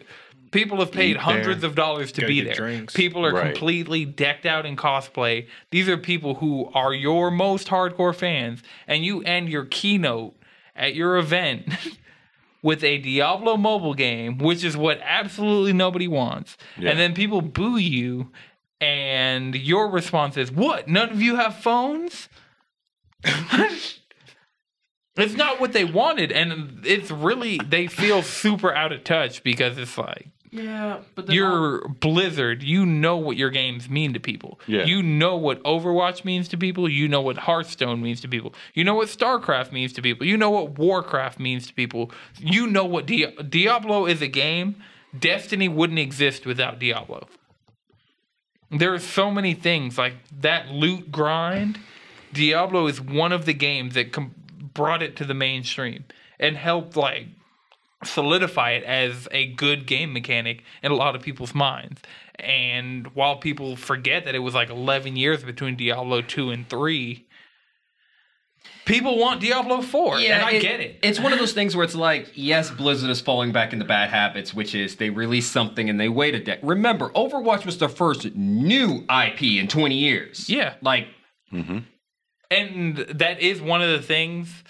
Speaker 1: People have paid hundreds of dollars to
Speaker 3: Gotta
Speaker 1: be there.
Speaker 3: get drinks.
Speaker 1: People are
Speaker 6: Right.
Speaker 1: completely decked out in cosplay. These are people who are your most hardcore fans, and you end your keynote at your event with a Diablo mobile game, which is what absolutely nobody wants. And then people boo you, and your response is, What? None of you have phones? it's not what they wanted. And it's really, they feel super out of touch because it's like,
Speaker 2: yeah, but then all-
Speaker 1: you're Blizzard. You know what your games mean to people.
Speaker 6: Yeah.
Speaker 1: You know what Overwatch means to people. You know what Hearthstone means to people. You know what StarCraft means to people. You know what Warcraft means to people. You know what Di- Diablo is a game. Destiny wouldn't exist without Diablo. There are so many things like that loot grind. Diablo is one of the games that com- brought it to the mainstream and helped like solidify it as a good game mechanic in a lot of people's minds. And while people forget that it was like 11 years between Diablo 2 and 3, people want Diablo 4. and I get it.
Speaker 2: It's one of those things where it's like, yes, Blizzard is falling back into bad habits, which is they release something and they wait a day. Remember, Overwatch was the first new IP in 20 years.
Speaker 1: Yeah.
Speaker 2: Like,
Speaker 1: And that is one of the things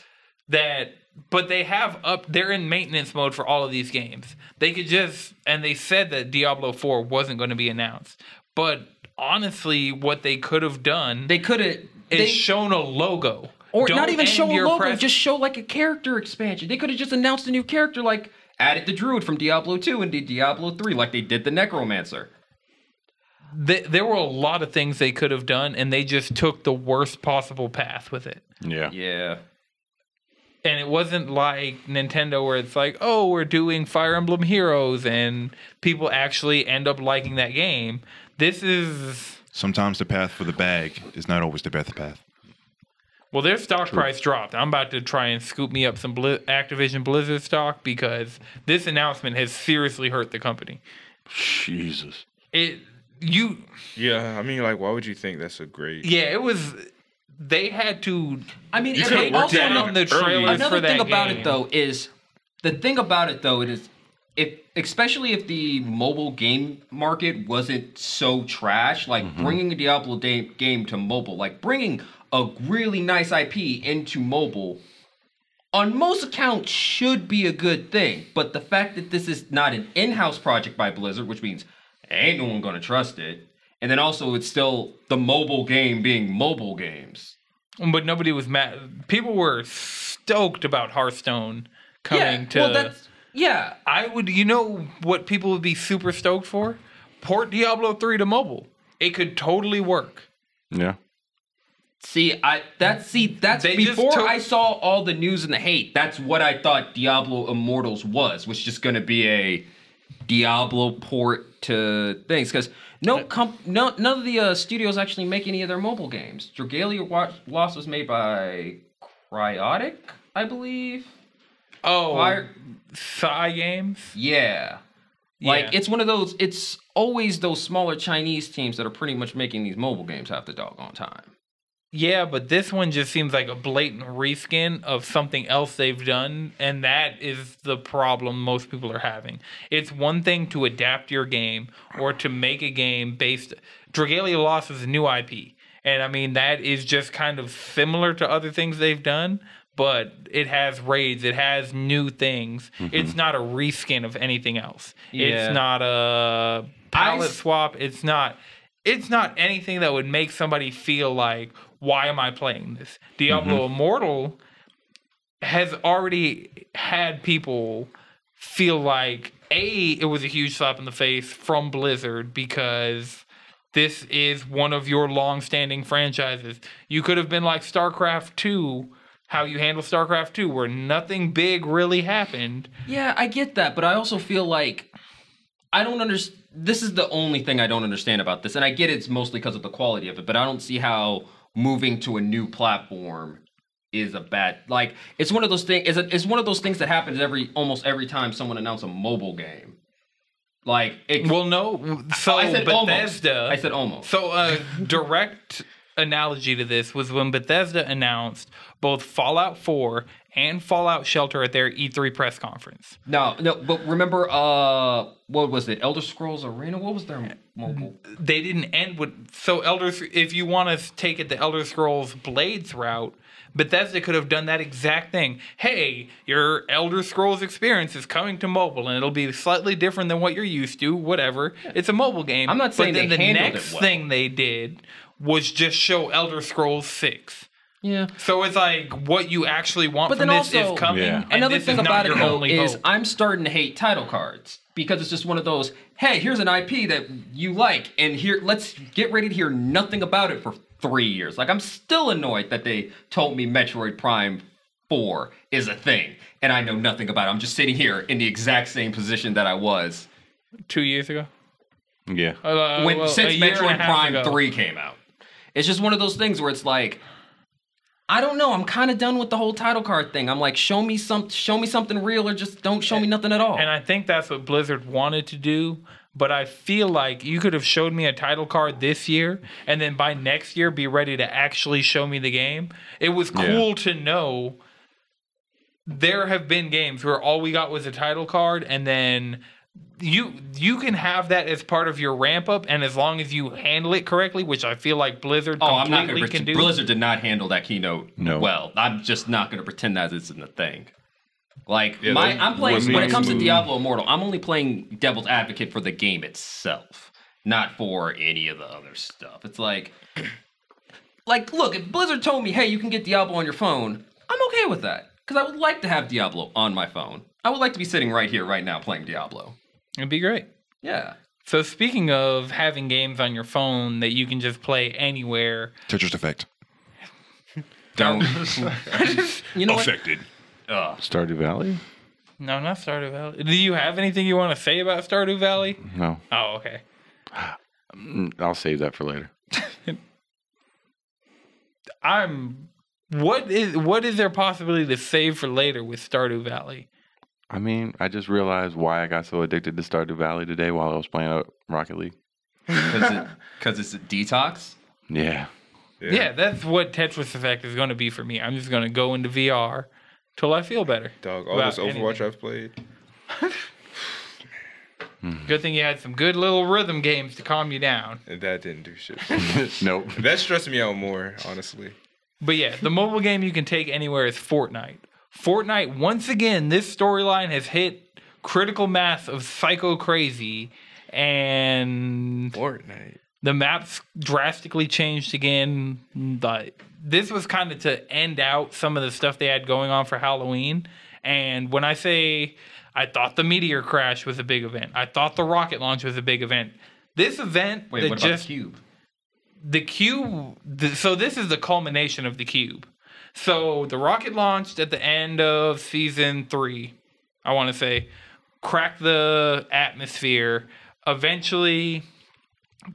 Speaker 1: that but they have up they're in maintenance mode for all of these games. They could just and they said that Diablo 4 wasn't going to be announced. But honestly, what they could have done
Speaker 2: they could have.
Speaker 1: is
Speaker 2: They,
Speaker 1: shown a logo.
Speaker 2: or
Speaker 1: Don't
Speaker 2: not even
Speaker 1: end
Speaker 2: show a
Speaker 1: your
Speaker 2: logo,
Speaker 1: press-
Speaker 2: just show like a character expansion. They could have just announced a new character, like added the Druid from Diablo 2 and did Diablo 3, like they did the Necromancer.
Speaker 1: th- there were a lot of things they could have done, and they just took the worst possible path with it.
Speaker 6: Yeah.
Speaker 2: Yeah.
Speaker 1: And it wasn't like Nintendo, where it's like, oh, we're doing Fire Emblem Heroes, and people actually end up liking that game. This is
Speaker 5: Sometimes the path for the bag is not always the best path.
Speaker 1: well, their stock price dropped. I'm about to try and scoop me up some Blizz- Activision Blizzard stock because this announcement has seriously hurt the company.
Speaker 6: Jesus.
Speaker 1: It you
Speaker 3: Yeah, I mean, like, why would you think that's a great?
Speaker 1: yeah, it was. They had to
Speaker 2: I mean,
Speaker 3: You
Speaker 2: and
Speaker 3: could
Speaker 2: they
Speaker 3: have worked
Speaker 2: also
Speaker 3: that
Speaker 1: down
Speaker 3: out
Speaker 2: know-
Speaker 1: the
Speaker 3: early.
Speaker 1: trailers
Speaker 2: Another
Speaker 1: for that
Speaker 2: thing about
Speaker 1: game.
Speaker 2: it though is the thing about it though it is if especially if the mobile game market wasn't so trash, like bringing a Diablo da- game to mobile, like bringing a really nice IP into mobile, on most accounts should be a good thing. But the fact that this is not an in-house project by Blizzard, which means ain't no one gonna trust it, and then also it's still the mobile game being mobile games.
Speaker 1: But nobody was mad. People were stoked about Hearthstone coming to.
Speaker 2: well, that's yeah.
Speaker 1: I would, you know, what people would be super stoked for? Port Diablo three to mobile. It could totally work.
Speaker 6: Yeah.
Speaker 2: See, I that see that's
Speaker 1: They just
Speaker 2: before
Speaker 1: took-
Speaker 2: I saw all the news and the hate. That's what I thought Diablo Immortals was, was just going to be a Diablo port to things because no comp, no none of the uh, studios actually make any of their mobile games. Dragalia Wa- Lost was made by Cryotic, I believe.
Speaker 1: Oh,
Speaker 2: Fire-
Speaker 1: Psy Games.
Speaker 2: yeah. Like
Speaker 1: Yeah.
Speaker 2: it's one of those. It's always those smaller Chinese teams that are pretty much making these mobile games half the doggone time.
Speaker 1: Yeah, but this one just seems like a blatant reskin of something else they've done, and that is the problem most people are having. It's one thing to adapt your game or to make a game based. Dragalia Lost is a new IP, and I mean that is just kind of similar to other things they've done, but it has raids, it has new things. It's not a reskin of anything else.
Speaker 2: Yeah.
Speaker 1: It's not a
Speaker 2: I
Speaker 1: palette
Speaker 2: s-
Speaker 1: swap. It's not it's not anything that would make somebody feel like, why am I playing this? Diablo Immortal has already had people feel like A, it was a huge slap in the face from Blizzard because this is one of your long-standing franchises. You could have been like StarCraft 2, how you handle StarCraft 2 where nothing big really happened.
Speaker 2: Yeah, I get that, but I also feel like I don't understand. This is the only thing I don't understand about this, and I get it's mostly because of the quality of it, but I don't see how moving to a new platform is a bad like it's one of those things it's, a- it's one of those things that happens every almost every time someone announces a mobile game like it
Speaker 1: Well, no. So
Speaker 2: I said almost.
Speaker 1: Bethesda
Speaker 2: I said almost.
Speaker 1: So a direct analogy to this was when Bethesda announced both Fallout 4 and Fallout Shelter at their E3 press conference.
Speaker 2: no no but remember uh what was it elder scrolls arena what was their mobile
Speaker 1: They didn't end with so Elder if you want to take it the Elder Scrolls Blades route, Bethesda could have done that exact thing. Hey, your Elder Scrolls experience is coming to mobile and it'll be slightly different than what you're used to, whatever. It's a mobile game.
Speaker 2: I'm not saying
Speaker 1: but then
Speaker 2: they
Speaker 1: the
Speaker 2: handled it
Speaker 1: next
Speaker 2: well.
Speaker 1: thing they did was just show Elder Scrolls 6.
Speaker 2: yeah
Speaker 1: So it's like what you actually want
Speaker 2: But
Speaker 1: from
Speaker 2: then
Speaker 1: this
Speaker 2: also-
Speaker 1: is coming.
Speaker 5: Yeah.
Speaker 1: and
Speaker 2: Another
Speaker 1: this
Speaker 2: thing
Speaker 1: is not
Speaker 2: about it
Speaker 1: your
Speaker 2: though
Speaker 1: only
Speaker 2: is
Speaker 1: hope.
Speaker 2: I'm starting to hate title cards because it's just one of those. Hey, here's an IP that you like, and here let's get ready to hear nothing about it for three years. Like I'm still annoyed that they told me Metroid Prime Four is a thing, and I know nothing about it. I'm just sitting here in the exact same position that I was
Speaker 1: two years ago.
Speaker 6: Yeah.
Speaker 1: Uh,
Speaker 2: when
Speaker 1: well, a
Speaker 2: since
Speaker 1: year and a
Speaker 2: Metroid
Speaker 1: half
Speaker 2: Prime
Speaker 1: ago.
Speaker 2: Three came out. It's just one of those things where it's like. I don't know. I'm kind of done with the whole title card thing. I'm like, show me some, show me something real, or just don't show me nothing at all.
Speaker 1: And I think that's what Blizzard wanted to do. But I feel like you could have showed me a title card this year, and then by next year, be ready to actually show me the game. It was cool to know. There have been games where all we got was a title card, and then you you can have that as part of your ramp up, and as long as you handle it correctly, which I feel like Blizzard
Speaker 2: Oh, I'm
Speaker 1: completely
Speaker 2: not going to
Speaker 1: can
Speaker 2: pretend.
Speaker 1: do.
Speaker 2: Blizzard did not handle that keynote
Speaker 6: No.
Speaker 2: well. I'm just not going to pretend that isn't a thing. Like
Speaker 3: Yeah,
Speaker 2: my,
Speaker 3: that
Speaker 2: I'm playing
Speaker 3: wasn't
Speaker 2: when it comes
Speaker 3: smooth.
Speaker 2: to Diablo Immortal, I'm only playing Devil's Advocate for the game itself, not for any of the other stuff. It's like, like look, if Blizzard told me, hey, you can get Diablo on your phone, I'm okay with that because I would like to have Diablo on my phone. I would like to be sitting right here, right now, playing Diablo.
Speaker 1: It'd be great.
Speaker 2: Yeah.
Speaker 1: So speaking of having games on your phone that you can just play anywhere,
Speaker 5: Tetris effect.
Speaker 2: Don't. you know what?
Speaker 5: Affected.
Speaker 6: Stardew Valley?
Speaker 1: no, not Stardew Valley. Do you have anything you want to say about Stardew Valley?
Speaker 6: No.
Speaker 1: Oh, okay.
Speaker 6: Mm, I'll save that for later.
Speaker 1: I'm. What is what is there possibility to save for later with Stardew Valley?
Speaker 6: I mean, I just realized why I got so addicted to Stardew Valley today while I was playing uh, Rocket League.
Speaker 2: Because it's a detox.
Speaker 6: Yeah.
Speaker 1: Yeah. that's what Tetris Effect is going to be for me. I'm just going to go into VR till I feel better.
Speaker 3: Dog, all
Speaker 1: About
Speaker 3: this Overwatch
Speaker 1: anything.
Speaker 3: I've played.
Speaker 1: Good thing you had some good little rhythm games to calm you down.
Speaker 3: And that didn't do shit.
Speaker 6: Nope.
Speaker 3: that stressed me out more, honestly.
Speaker 1: But yeah, the mobile game you can take anywhere is Fortnite. Fortnite, once again, this storyline has hit critical mass of psycho crazy, and
Speaker 3: Fortnite.
Speaker 1: the maps drastically changed again. But this was kind of to end out some of the stuff they had going on for Halloween. And when I say I thought the meteor crash was a big event, I thought the rocket launch was a big event. This event
Speaker 2: Wait,
Speaker 1: that
Speaker 2: what about
Speaker 1: just
Speaker 2: the cube?
Speaker 1: the cube th- so this is the culmination of the cube so the rocket launched at the end of season three i want to say cracked the atmosphere eventually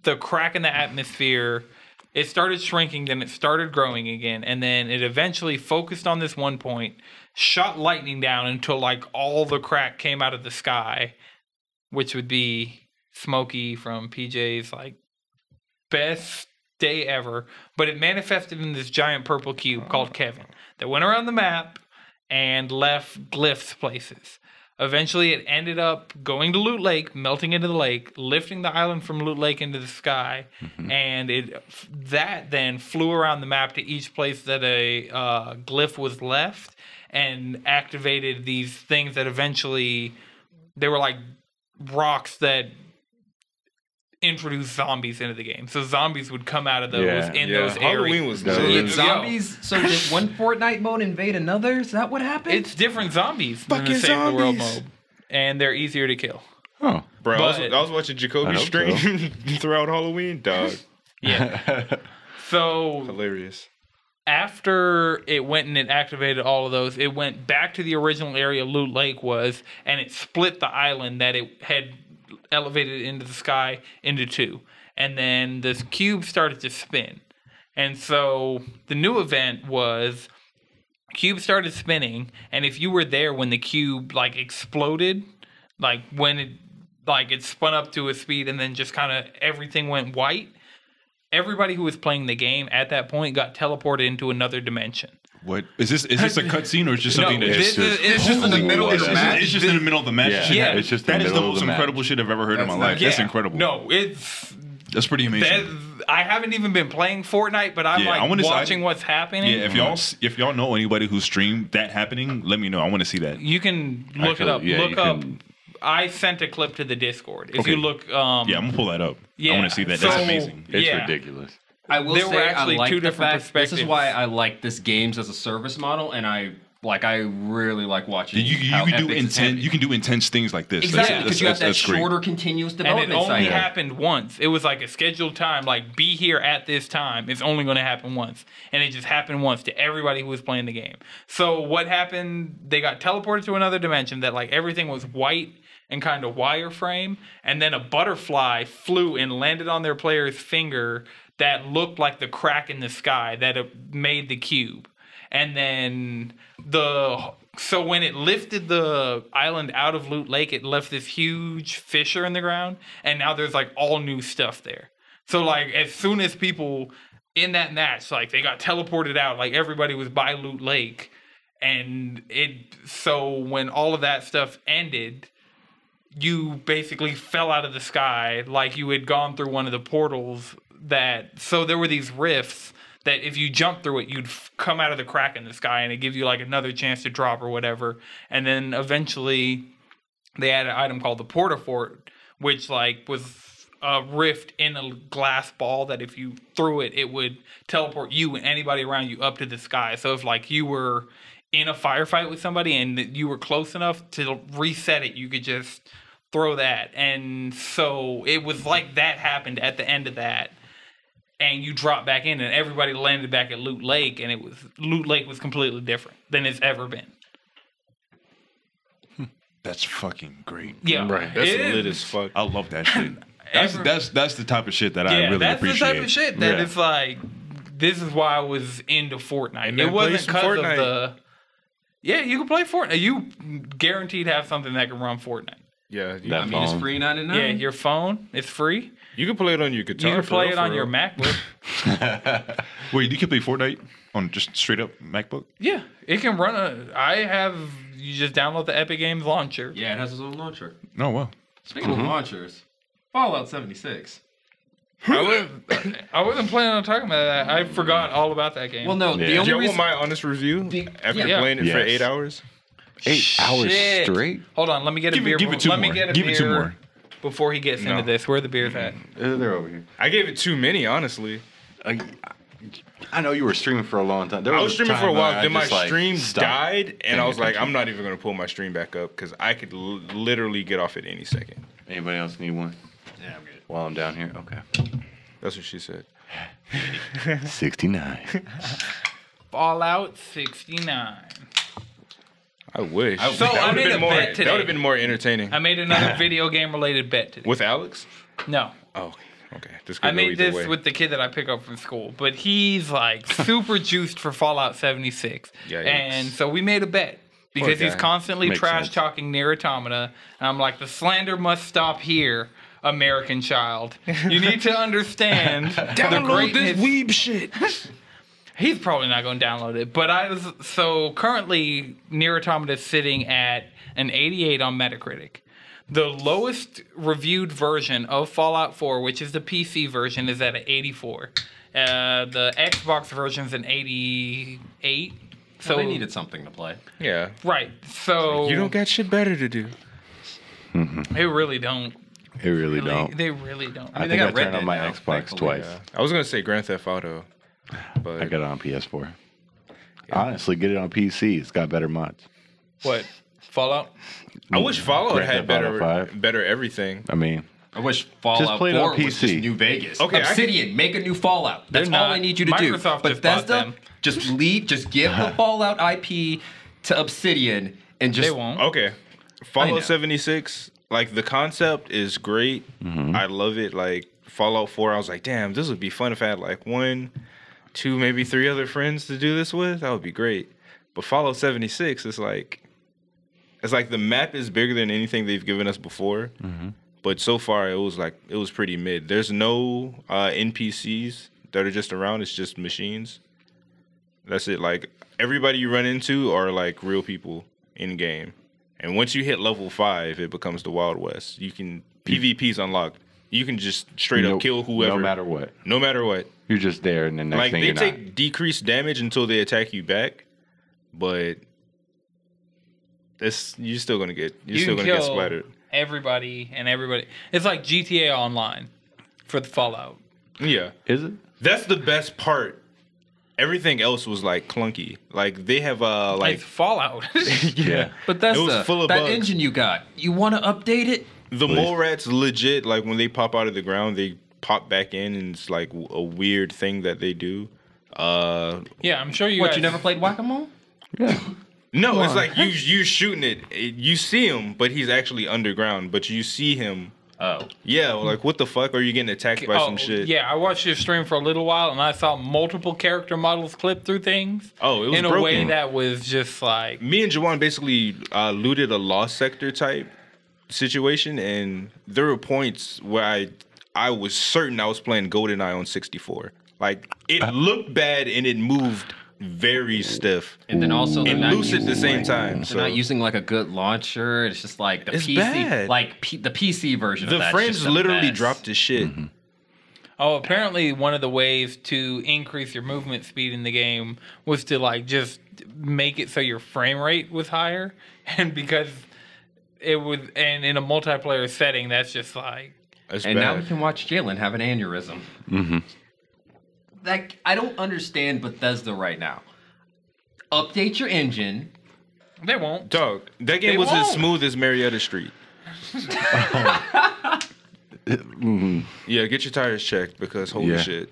Speaker 1: the crack in the atmosphere it started shrinking then it started growing again and then it eventually focused on this one point shot lightning down until like all the crack came out of the sky which would be smokey from pj's like best day ever, but it manifested in this giant purple cube called Kevin that went around the map and left glyphs places. Eventually, it ended up going to Loot Lake, melting into the lake, lifting the island from Loot Lake into the sky, and it that then flew around the map to each place that a uh, glyph was left, and activated these things that eventually they were like rocks that introduced zombies into the game. So zombies would come out of those
Speaker 6: Yeah,
Speaker 1: in
Speaker 3: yeah,
Speaker 1: those
Speaker 3: Halloween
Speaker 1: areas.
Speaker 3: was
Speaker 6: So
Speaker 2: So
Speaker 3: lit.
Speaker 2: did zombies. So did one Fortnite mode invade another? Is that what happened?
Speaker 1: It's different zombies than the
Speaker 3: Fucking
Speaker 1: Save the World
Speaker 3: zombies.
Speaker 1: mode, and they're easier to kill.
Speaker 6: Oh,
Speaker 3: Bro, I, was,
Speaker 1: But-
Speaker 3: I was watching
Speaker 6: I
Speaker 3: Jacoby
Speaker 6: hope
Speaker 3: stream throughout Halloween, dog.
Speaker 1: Yeah. so
Speaker 3: Hilarious.
Speaker 1: after it went and it activated all of those, it went back to the original area Loot Lake was, and it split the island that it had elevated into the sky into two. And then this cube started to spin. And so the new event was cube started spinning, and if you were there when the cube like exploded, like when it like it spun up to a speed and then just kind of everything went white, everybody who was playing the game at that point got teleported into another dimension.
Speaker 5: What is this? Is this a cutscene or is just
Speaker 1: No,
Speaker 5: something that
Speaker 1: this
Speaker 5: just?
Speaker 1: is, it's just
Speaker 6: in the middle of the
Speaker 5: It's just-
Speaker 6: match?
Speaker 5: It's just in the middle of the match.
Speaker 6: Yeah.
Speaker 5: It should
Speaker 1: Yeah,
Speaker 5: happen.
Speaker 1: it's
Speaker 6: just in
Speaker 5: that
Speaker 6: the
Speaker 5: is the
Speaker 6: middle of
Speaker 5: most
Speaker 6: the match.
Speaker 5: incredible shit I've ever heard in my
Speaker 2: That's
Speaker 5: life.
Speaker 2: not-
Speaker 5: That's
Speaker 1: yeah.
Speaker 5: incredible.
Speaker 1: No, it's
Speaker 5: that's pretty
Speaker 1: that.
Speaker 5: amazing.
Speaker 1: I haven't even been playing Fortnite, but I'm
Speaker 5: Yeah, I
Speaker 1: like
Speaker 5: wanna say-
Speaker 1: watching what's happening.
Speaker 5: yeah, if y'all s- if y'all know anybody who streamed that happening, let me know. I want to see that.
Speaker 1: you can look it
Speaker 6: Actually,
Speaker 1: up.
Speaker 6: yeah, you
Speaker 1: look up.
Speaker 6: can-
Speaker 1: I sent a clip to the Discord. If
Speaker 5: Okay.
Speaker 1: you look, um,
Speaker 5: Yeah, I'm gonna pull that up. I want to see that.
Speaker 1: so-
Speaker 5: That's amazing.
Speaker 6: it's
Speaker 1: yeah.
Speaker 6: ridiculous.
Speaker 2: I will
Speaker 1: There
Speaker 2: say
Speaker 1: were actually
Speaker 2: I like
Speaker 1: two
Speaker 2: the
Speaker 1: different
Speaker 2: fact, This is
Speaker 1: perspectives.
Speaker 2: why I like this games as a service model, and I like I really like watching.
Speaker 5: You, you,
Speaker 2: how
Speaker 5: can do
Speaker 2: epic this
Speaker 5: intense.
Speaker 2: happened.
Speaker 5: You can do intense things like this.
Speaker 2: exactly
Speaker 5: That's,
Speaker 2: because
Speaker 5: that's,
Speaker 2: you have
Speaker 5: that's,
Speaker 2: that
Speaker 5: that's great.
Speaker 2: shorter continuous
Speaker 1: and
Speaker 2: development
Speaker 1: it only
Speaker 2: cycle.
Speaker 1: happened once. It was like a scheduled time, like be here at this time. It's only going to happen once, and it just happened once to everybody who was playing the game. So what happened? They got teleported to another dimension that like everything was white and kind of wireframe, and then a butterfly flew and landed on their player's finger that looked like the crack in the sky that uh, made the cube and then the so when it lifted the island out of Loot Lake, it left this huge fissure in the ground, and now there's like all new stuff there. So like as soon as people in that match, like they got teleported out, like everybody was by Loot Lake, and it so when all of that stuff ended, you basically fell out of the sky like you had gone through one of the portals that so there were these rifts that if you jumped through it you'd f- come out of the crack in the sky and it give you like another chance to drop or whatever and then eventually they had an item called the portafort which like was a rift in a glass ball that if you threw it it would teleport you and anybody around you up to the sky so if like you were in a firefight with somebody and that you were close enough to reset it you could just throw that and so it was like that happened at the end of that and you drop back in and everybody landed back at loot lake and it was loot lake was completely different than it's ever been
Speaker 5: That's fucking great.
Speaker 1: yeah
Speaker 3: Right. That's
Speaker 1: it
Speaker 3: lit
Speaker 1: is.
Speaker 3: as fuck.
Speaker 5: I love that shit. That's
Speaker 1: Ever-
Speaker 5: that's that's the type of shit that I
Speaker 1: yeah,
Speaker 5: really
Speaker 1: that's
Speaker 5: appreciate.
Speaker 1: the type of shit that
Speaker 6: Yeah.
Speaker 1: it's like. This is why I was into Fortnite.
Speaker 3: man,
Speaker 1: it
Speaker 3: play
Speaker 1: wasn't
Speaker 3: some
Speaker 1: because of
Speaker 3: Fortnite.
Speaker 1: the. Yeah, you can play Fortnite. You guaranteed have something that can run Fortnite.
Speaker 3: Yeah, you,
Speaker 6: That
Speaker 2: I mean, it's
Speaker 6: phone.
Speaker 2: free ninety nine.
Speaker 3: Uh-huh.
Speaker 1: Yeah, your phone, it's free.
Speaker 3: you can play it on your guitar.
Speaker 1: You can
Speaker 3: for
Speaker 1: play
Speaker 3: real,
Speaker 1: it
Speaker 3: for
Speaker 1: on your
Speaker 3: real.
Speaker 1: MacBook.
Speaker 5: Wait, you can play Fortnite on just straight up MacBook?
Speaker 1: yeah, it can run. A, I have. You just download the Epic Games launcher.
Speaker 2: yeah, it has its own launcher.
Speaker 5: Oh wow.
Speaker 2: Speaking of launchers, Fallout seventy six.
Speaker 1: I, was, I wasn't planning on talking about that. I forgot all about that game.
Speaker 2: Well, no, the
Speaker 6: Yeah.
Speaker 2: only
Speaker 3: Do y'all
Speaker 2: reason
Speaker 3: want my honest review
Speaker 2: The-
Speaker 3: after
Speaker 1: yeah.
Speaker 3: playing it for
Speaker 6: Yes.
Speaker 3: eight hours?
Speaker 6: Eight hours
Speaker 1: Shit.
Speaker 6: straight.
Speaker 1: Hold on, let me get a
Speaker 5: Give it-
Speaker 1: beer.
Speaker 5: give it
Speaker 1: before-
Speaker 5: two
Speaker 1: let me
Speaker 5: more.
Speaker 1: get a
Speaker 5: Give
Speaker 1: beer
Speaker 5: it two more.
Speaker 1: before he gets
Speaker 3: No.
Speaker 1: into this. Where are the beers at?
Speaker 6: Uh, They're over here.
Speaker 3: I gave it too many, honestly.
Speaker 6: I, I know you were streaming for a long time. There
Speaker 3: I was
Speaker 6: was a
Speaker 3: streaming for a
Speaker 6: time
Speaker 3: while,
Speaker 6: I
Speaker 3: then my
Speaker 6: just, like,
Speaker 3: stream
Speaker 6: stopped.
Speaker 3: died, and I
Speaker 6: paying
Speaker 3: was like,
Speaker 6: attention.
Speaker 3: I'm not even gonna pull my stream back up because I could l- literally get off at any second.
Speaker 6: Anybody else need one?
Speaker 2: Yeah, I'm good.
Speaker 6: While I'm down here, okay.
Speaker 3: That's what she said.
Speaker 6: Sixty-nine.
Speaker 1: Fallout 69.
Speaker 3: I wish.
Speaker 1: So I
Speaker 3: would've
Speaker 1: made
Speaker 3: been
Speaker 1: a
Speaker 3: more,
Speaker 1: bet
Speaker 3: That
Speaker 1: today.
Speaker 3: would have been more entertaining.
Speaker 1: I made another video game related bet today.
Speaker 3: With Alex?
Speaker 1: no.
Speaker 3: Oh, okay. This could
Speaker 1: I
Speaker 3: go
Speaker 1: made
Speaker 3: either
Speaker 1: this
Speaker 3: way.
Speaker 1: with the kid that I pick up from school, but he's like super juiced for Fallout 76.
Speaker 3: Yikes.
Speaker 1: And so we made a bet because he's
Speaker 3: guy.
Speaker 1: constantly
Speaker 6: Makes
Speaker 1: trash
Speaker 6: sense.
Speaker 1: talking near automata. And I'm like, the slander must stop here. American child. You need to understand the
Speaker 7: Download
Speaker 1: greatness.
Speaker 7: this weeb shit.
Speaker 1: He's probably not going to download it. But I was so currently Near Automata is sitting at an 88 on Metacritic. The lowest reviewed version of Fallout 4, which is the PC version, is at an 84. Uh, the Xbox version's an 88. So
Speaker 2: So they needed something to play.
Speaker 3: Yeah.
Speaker 1: right. So
Speaker 3: You don't got shit better to do.
Speaker 1: They really don't.
Speaker 6: They really don't.
Speaker 1: They really don't.
Speaker 6: I
Speaker 2: they
Speaker 6: think I
Speaker 2: got Red
Speaker 6: turned on
Speaker 2: Dead
Speaker 6: my
Speaker 2: now,
Speaker 6: Xbox
Speaker 2: thankfully,
Speaker 6: twice.
Speaker 3: I was gonna say Grand Theft Auto, but
Speaker 6: I got it on PS4. Honestly, get it on PC. It's got better mods.
Speaker 1: what? Fallout?
Speaker 3: I wish Fallout
Speaker 6: Grand
Speaker 3: had
Speaker 6: Theft
Speaker 3: better
Speaker 6: Auto five.
Speaker 3: better everything.
Speaker 6: I mean,
Speaker 2: I wish Fallout
Speaker 6: play it on
Speaker 2: 4 was just
Speaker 6: PC.
Speaker 2: New Vegas.
Speaker 3: Okay, I can-
Speaker 2: Obsidian, make a new Fallout. That's
Speaker 1: They're
Speaker 2: all
Speaker 1: not.
Speaker 2: I need you to
Speaker 1: Microsoft
Speaker 2: do.
Speaker 1: just bought
Speaker 2: Bethesda,
Speaker 1: them.
Speaker 2: just leave, just give the Fallout IP to Obsidian and just
Speaker 1: They won't.
Speaker 3: Okay,
Speaker 2: I know.
Speaker 3: Fallout seventy six. Like the concept is great. I love it. Like Fallout four, I was like, damn, this would be fun if I had like one, two, maybe three other friends to do this with. That would be great. But Fallout seventy six is like, it's like the map is bigger than anything they've given us before. But so far, it was like it was pretty mid. There's no uh, NPCs that are just around. It's just machines. That's it. Like everybody you run into are like real people in game. And once you hit level five, it becomes the Wild West. You can PvP's unlocked. You can just straight
Speaker 6: no,
Speaker 3: up kill whoever,
Speaker 6: No matter what,
Speaker 3: no matter what.
Speaker 6: you're just there, and the next
Speaker 3: like
Speaker 6: thing
Speaker 3: they
Speaker 6: you're
Speaker 3: take
Speaker 6: not.
Speaker 3: decreased damage until they attack you back, but this you're still gonna get you're
Speaker 1: You
Speaker 3: still
Speaker 1: can
Speaker 3: gonna get
Speaker 1: kill
Speaker 3: splattered.
Speaker 1: Everybody and everybody. It's like GTA Online for the Fallout.
Speaker 3: Yeah,
Speaker 6: Is it?
Speaker 3: that's the best part. Everything else was like clunky. Like they have uh like
Speaker 1: it's Fallout.
Speaker 6: Yeah.
Speaker 2: But that's
Speaker 3: It was
Speaker 2: the-
Speaker 3: full of
Speaker 2: that
Speaker 3: bugs.
Speaker 2: engine you got. You want to update it?
Speaker 3: The mole rats legit like when they pop out of the ground, they pop back in and it's like w- a weird thing that they do. Uh
Speaker 1: yeah, I'm sure you.
Speaker 2: What
Speaker 1: guys,
Speaker 2: you never played Whack a Mole?
Speaker 6: Yeah.
Speaker 3: no, it's like you you shooting it. It- You see him, but he's actually underground, but you see him.
Speaker 2: Oh,
Speaker 3: Yeah, like what the fuck are you getting attacked by
Speaker 1: oh,
Speaker 3: some shit?
Speaker 1: Yeah, I watched your stream for a little while and I saw multiple character models clip through things.
Speaker 3: Oh, it was
Speaker 1: in a way
Speaker 3: broken.
Speaker 1: that was just like
Speaker 3: Me and Jawan basically uh, looted a lost sector type situation and there were points where I I was certain I was playing GoldenEye on 64. Like it looked bad and it moved very stiff.
Speaker 2: and then also they're
Speaker 3: and
Speaker 2: not
Speaker 3: loose at
Speaker 2: using,
Speaker 3: the same time.
Speaker 2: they're
Speaker 3: So
Speaker 2: not using like a good launcher. It's just like the
Speaker 3: It's
Speaker 2: PC,
Speaker 3: bad.
Speaker 2: like P- the PC version.
Speaker 3: the
Speaker 2: of that's
Speaker 3: friends
Speaker 2: just a
Speaker 3: literally
Speaker 2: mess. Mm-hmm.
Speaker 3: dropped his shit.
Speaker 1: oh, apparently one of the ways to increase your movement speed in the game was to like just make it so your frame rate was higher, and because it was and in a multiplayer setting that's just like
Speaker 3: That's
Speaker 2: And now we
Speaker 3: bad.
Speaker 2: can watch Jalen have an aneurysm. Like I don't understand Bethesda right now. Update your engine.
Speaker 1: they won't.
Speaker 3: Dog, that
Speaker 1: They
Speaker 3: game was as
Speaker 1: won't.
Speaker 3: smooth as Marietta Street. yeah, get your tires checked because holy
Speaker 6: Yeah.
Speaker 3: shit.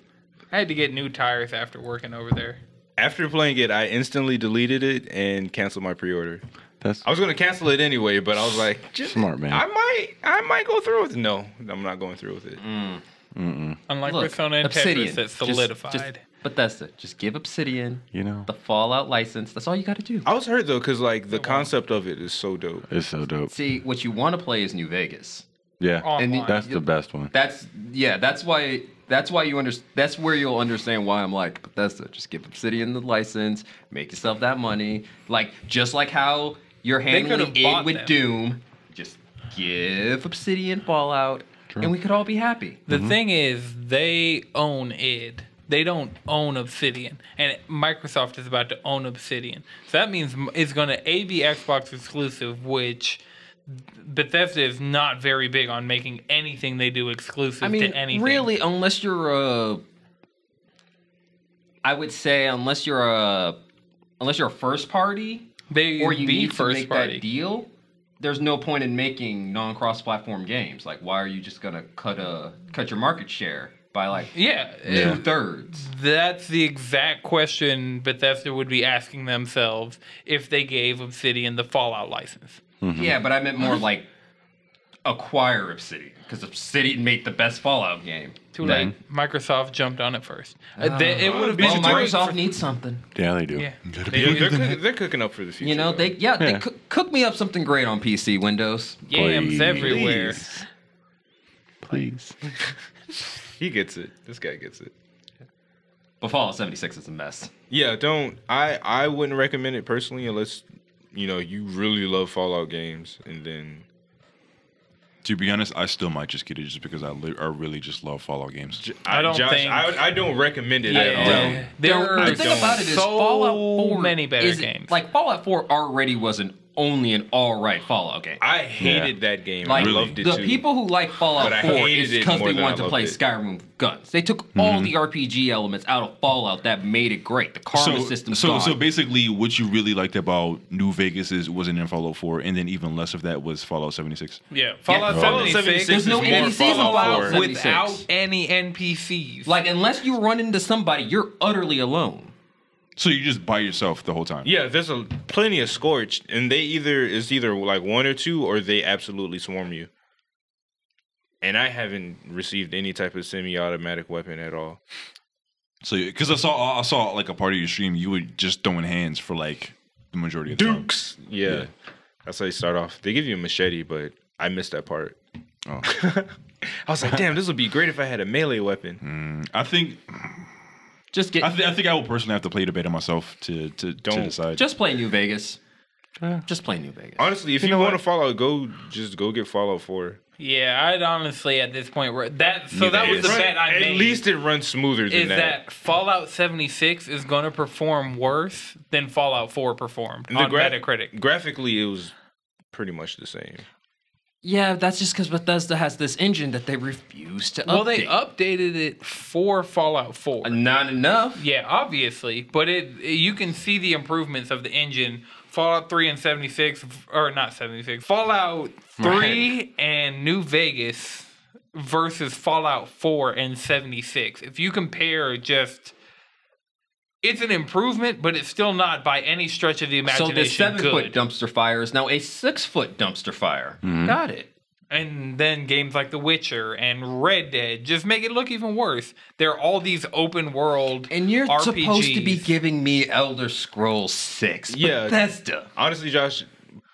Speaker 1: I had to get new tires after working over there.
Speaker 3: After playing it, I instantly deleted it and canceled my pre-order.
Speaker 6: That's
Speaker 3: I was gonna cancel it anyway, but I was like, just,
Speaker 6: Smart man.
Speaker 3: I might, I might go through with it. No, I'm not going through with it.
Speaker 2: Mm.
Speaker 1: Unlike
Speaker 2: Look,
Speaker 1: Persona and
Speaker 2: Obsidian.
Speaker 1: Tetris, that's
Speaker 2: Just-
Speaker 1: solidified.
Speaker 2: Just, Bethesda, just give Obsidian
Speaker 6: you know.
Speaker 2: the Fallout license. That's all you got to do.
Speaker 3: I was hurt though, cause like the concept of it is so dope.
Speaker 6: It's so dope.
Speaker 2: See, what you want to play is New Vegas.
Speaker 6: Yeah.
Speaker 1: Online.
Speaker 2: and the-
Speaker 6: That's the best one.
Speaker 2: That's yeah. That's why. That's why you under. That's where you'll understand why I'm like Bethesda. Just give Obsidian the license. Make yourself that money. Like just like how you're handling
Speaker 1: could've
Speaker 2: it
Speaker 1: bought
Speaker 2: with
Speaker 1: them.
Speaker 2: Doom. Just give Obsidian Fallout, and we could all be happy.
Speaker 1: The thing is, they own id. They don't own Obsidian, and Microsoft is about to own Obsidian. So that means m- it's going to a be Xbox exclusive, which Bethesda is not very big on making anything they do exclusive
Speaker 2: I mean,
Speaker 1: to anything.
Speaker 2: really, unless you're a, I would say unless you're a, unless you're a first party,
Speaker 1: they
Speaker 2: or you
Speaker 1: be
Speaker 2: need
Speaker 1: first
Speaker 2: to make
Speaker 1: party.
Speaker 2: that deal, there's no point in making non-cross-platform games. Like, why are you just gonna cut a cut your market share by like
Speaker 1: yeah,
Speaker 2: two thirds?
Speaker 1: That's the exact question Bethesda would be asking themselves if they gave Obsidian the Fallout license.
Speaker 2: Yeah, but I meant more like acquire Obsidian because Obsidian made the best Fallout game.
Speaker 1: Too late. Microsoft jumped on it first. Uh, they- it would have
Speaker 2: Well,
Speaker 1: been great
Speaker 2: Microsoft
Speaker 1: for-
Speaker 2: needs something.
Speaker 6: Yeah, they do.
Speaker 1: Yeah.
Speaker 3: They're, they're cook- they're cooking up for the future.
Speaker 2: You know,
Speaker 3: though.
Speaker 2: they yeah, they
Speaker 6: Yeah.
Speaker 2: cook, cook me up something great on PC Windows.
Speaker 1: Yams everywhere.
Speaker 6: Please.
Speaker 4: please.
Speaker 3: He gets it. This guy gets it.
Speaker 2: But Fallout 76 is a mess.
Speaker 3: Yeah, don't. I I wouldn't recommend it personally unless you know you really love Fallout games, and then
Speaker 5: To be honest, I still might just get it just because I, li- I really just love Fallout games.
Speaker 1: I don't
Speaker 3: Josh,
Speaker 1: think-
Speaker 3: I, I don't recommend it at all.
Speaker 1: Yeah. There
Speaker 2: There-
Speaker 1: are
Speaker 2: the thing about it is Fallout 4
Speaker 1: many better
Speaker 2: is-
Speaker 1: games.
Speaker 2: Like Fallout 4 already was an only an all right Fallout game.
Speaker 3: I hated that game.
Speaker 2: Like
Speaker 3: I loved it
Speaker 2: the
Speaker 3: too.
Speaker 2: people who like Fallout
Speaker 3: But I
Speaker 2: 4
Speaker 3: hated
Speaker 2: is
Speaker 3: it
Speaker 2: because
Speaker 3: more
Speaker 2: they
Speaker 3: than I
Speaker 2: wanted to
Speaker 3: loved
Speaker 2: play
Speaker 3: it. Mm-hmm.
Speaker 2: Skyrim with guns. They took all the RPG elements out of Fallout that made it great. The karma
Speaker 5: So,
Speaker 2: system.
Speaker 5: so,
Speaker 2: gone.
Speaker 5: so basically, what you really liked about New Vegas is wasn't in Fallout 4, and then even less of that was Fallout 76.
Speaker 1: yeah, Fallout
Speaker 3: Fallout
Speaker 1: 76
Speaker 2: There's
Speaker 3: This
Speaker 2: no
Speaker 3: is more
Speaker 2: NPCs in
Speaker 3: Fallout
Speaker 2: Fallout
Speaker 3: 4.
Speaker 2: 76.
Speaker 1: without any NPCs.
Speaker 2: like unless you run into somebody, you're utterly alone.
Speaker 5: So you're just by yourself the whole time.
Speaker 3: Yeah, there's a plenty of scorched, and they either it's either like one or two, or they absolutely swarm you. And I haven't received any type of semi-automatic weapon at all.
Speaker 5: So because I saw I saw like a part of your stream, you were just throwing hands for like the majority of the time.
Speaker 3: Dukes, yeah.
Speaker 5: Yeah.
Speaker 3: that's how you start off. They give you a machete, but I missed that part.
Speaker 5: Oh.
Speaker 3: I was like, damn, this would be great if I had a melee weapon.
Speaker 5: I think
Speaker 2: Just get
Speaker 5: I, th- I think I will personally have to play the beta myself to to, to
Speaker 3: Don't.
Speaker 5: decide.
Speaker 2: just play New Vegas. Just play New Vegas.
Speaker 3: Honestly, if you, want to Fallout, go just go get Fallout Four.
Speaker 1: yeah, I'd honestly at this point re- that so that was the
Speaker 3: Run-
Speaker 1: bet I
Speaker 3: at
Speaker 1: made.
Speaker 3: least it runs smoother than
Speaker 1: is that Fallout 76 is going to perform worse than Fallout 4 performed
Speaker 3: The
Speaker 1: on
Speaker 3: gra-
Speaker 1: Metacritic.
Speaker 3: Graphically, it was pretty much the same.
Speaker 2: Yeah, that's just because Bethesda has this engine that they refuse to update. Uh,
Speaker 1: Well, they updated it for Fallout 4.
Speaker 2: not enough.
Speaker 1: Yeah, obviously, but it you can see the improvements of the engine. Fallout 3 and 76 or not 76. Fallout 3 and New Vegas versus Fallout 4 and 76. If you compare just it's an improvement, but it's still not by any stretch of the
Speaker 2: So
Speaker 1: imagination
Speaker 2: the seven
Speaker 1: good.
Speaker 2: foot dumpster fire is now a six foot dumpster fire.
Speaker 3: Mm-hmm.
Speaker 2: Got it.
Speaker 1: and then games like The Witcher and Red Dead just make it look even worse. There are all these open world
Speaker 2: And you're supposed to be
Speaker 1: RPGs.
Speaker 2: giving me Elder Scrolls Six.
Speaker 3: Yeah.
Speaker 2: Bethesda.
Speaker 3: Honestly, Josh,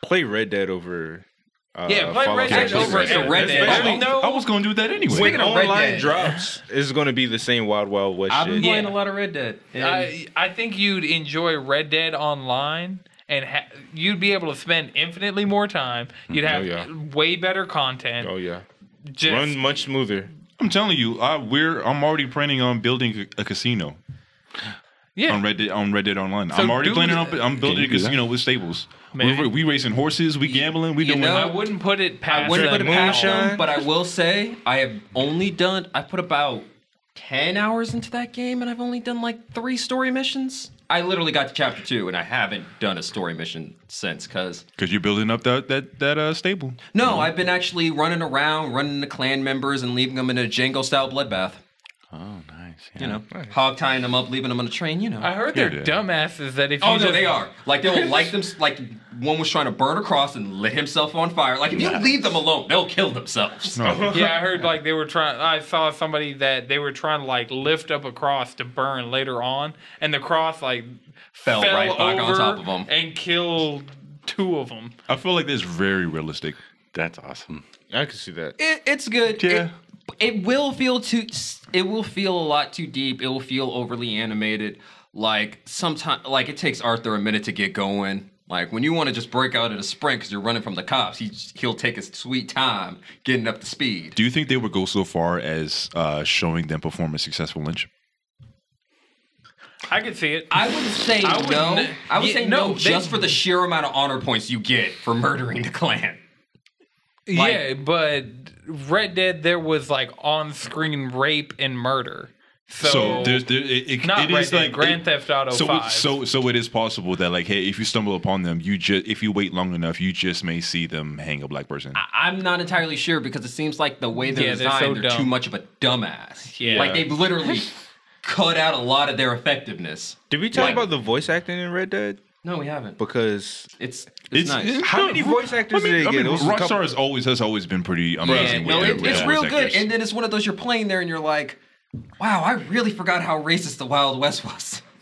Speaker 3: play Red Dead over. Uh,
Speaker 1: Yeah, play
Speaker 3: Fallout
Speaker 1: Red Dead
Speaker 3: 76.
Speaker 1: over
Speaker 2: Actually,
Speaker 1: and
Speaker 2: Red Dead.
Speaker 1: Especially-
Speaker 5: I, I was going to do that anyway.
Speaker 3: When
Speaker 2: Speaking of Red
Speaker 3: online
Speaker 2: Dead.
Speaker 3: drops is going to be the same Wild Wild West
Speaker 2: I've been
Speaker 3: shit.
Speaker 2: playing
Speaker 1: Yeah.
Speaker 2: a lot of Red Dead. and
Speaker 1: I I think you'd enjoy Red Dead Online and ha- you'd be able to spend infinitely more time. You'd have
Speaker 3: yeah.
Speaker 1: way better content.
Speaker 3: Oh yeah,
Speaker 1: just
Speaker 3: run much smoother.
Speaker 5: I'm telling you, I, we're I'm already planning on building a, a casino
Speaker 1: yeah.
Speaker 5: on Red Dead on Red Dead Online.
Speaker 1: So
Speaker 5: I'm already
Speaker 1: do
Speaker 5: planning
Speaker 1: that.
Speaker 5: on I'm building a
Speaker 6: you do that?
Speaker 5: casino with stables.
Speaker 1: Maybe.
Speaker 5: We, we racing horses, we gambling, we
Speaker 2: You
Speaker 5: doing
Speaker 2: know,
Speaker 1: I wouldn't put it past
Speaker 2: I wouldn't
Speaker 1: the
Speaker 2: put it past them,
Speaker 3: moonshine.
Speaker 2: but I will say I have only done. I put about ten hours into that game, and I've only done like three story missions. I literally got to chapter two, and I haven't done a story mission since. Cause
Speaker 5: because you're building up that that that uh, stable.
Speaker 2: no, I've been actually running around, running the clan members, and leaving them in a Django style bloodbath.
Speaker 6: Oh, nice.
Speaker 2: You know, hog tying them up, leaving them on a train. You know.
Speaker 1: I heard they're
Speaker 5: Yeah.
Speaker 1: dumbasses that if
Speaker 2: Oh
Speaker 1: you
Speaker 2: no,
Speaker 1: just-
Speaker 2: they are. Like they'll light them. Like one was trying to burn a cross and lit himself on fire. Like if you leave them alone, they'll kill themselves.
Speaker 5: No.
Speaker 1: Yeah, I heard like they were trying. I saw somebody that they were trying to like lift up a cross to burn later on, and the cross like
Speaker 2: Fell right back on
Speaker 1: over
Speaker 2: top of 'em.
Speaker 1: and killed two of them.
Speaker 5: I feel like that's very realistic.
Speaker 6: That's awesome.
Speaker 3: I can see that.
Speaker 2: It, it's good.
Speaker 4: Yeah.
Speaker 2: It, it will feel too. It will feel a lot too deep. It will feel overly animated. Like sometimes, like it takes Arthur a minute to get going. Like when you want to just break out at a sprint because you're running from the cops, he he'll take his sweet time getting up to speed.
Speaker 5: Do you think they would go so far as uh, showing them perform a successful lynch?
Speaker 1: I could see it.
Speaker 2: I would say
Speaker 1: I would
Speaker 2: no.
Speaker 1: n-
Speaker 2: I would
Speaker 1: yeah,
Speaker 2: say
Speaker 1: no,
Speaker 2: no,
Speaker 1: they-
Speaker 2: just for the sheer amount of honor points you get for murdering the clan. Like-
Speaker 1: yeah, but Red Dead there was like on-screen rape and murder. So,
Speaker 5: So there's there, it, it,
Speaker 1: not
Speaker 5: it
Speaker 1: Red
Speaker 5: is
Speaker 1: Dead,
Speaker 5: like
Speaker 1: Grand
Speaker 5: it-
Speaker 1: Theft Auto
Speaker 5: so it-
Speaker 1: 5.
Speaker 5: so so it is possible that like hey, if you stumble upon them, you just if you wait long enough, you just may see them hang a black person.
Speaker 2: I'm not entirely sure because it seems like the way they're
Speaker 1: Yeah, they're so
Speaker 2: designed, they're, too
Speaker 1: dumb.
Speaker 2: much of a dumbass.
Speaker 1: Yeah.
Speaker 2: Like they've literally cut out a lot of their effectiveness.
Speaker 3: Did we talk
Speaker 2: Like-
Speaker 3: about the voice acting in Red Dead?
Speaker 2: No, we haven't.
Speaker 3: Because
Speaker 2: It's it's,
Speaker 5: It's-
Speaker 2: nice.
Speaker 5: it's-
Speaker 3: how many voice
Speaker 5: I
Speaker 3: actors
Speaker 5: mean,
Speaker 3: did they
Speaker 5: I
Speaker 3: get?
Speaker 5: mean
Speaker 3: It was a
Speaker 5: Rockstar
Speaker 3: couple-
Speaker 5: has always has always been pretty
Speaker 2: Yeah,
Speaker 5: amazing. with
Speaker 2: no,
Speaker 5: their-
Speaker 2: it-
Speaker 5: with
Speaker 2: it's
Speaker 5: their
Speaker 2: real
Speaker 5: voice
Speaker 2: good.
Speaker 5: actors.
Speaker 2: And then it's one of those you're playing there and you're like, wow, I really forgot how racist the Wild West was.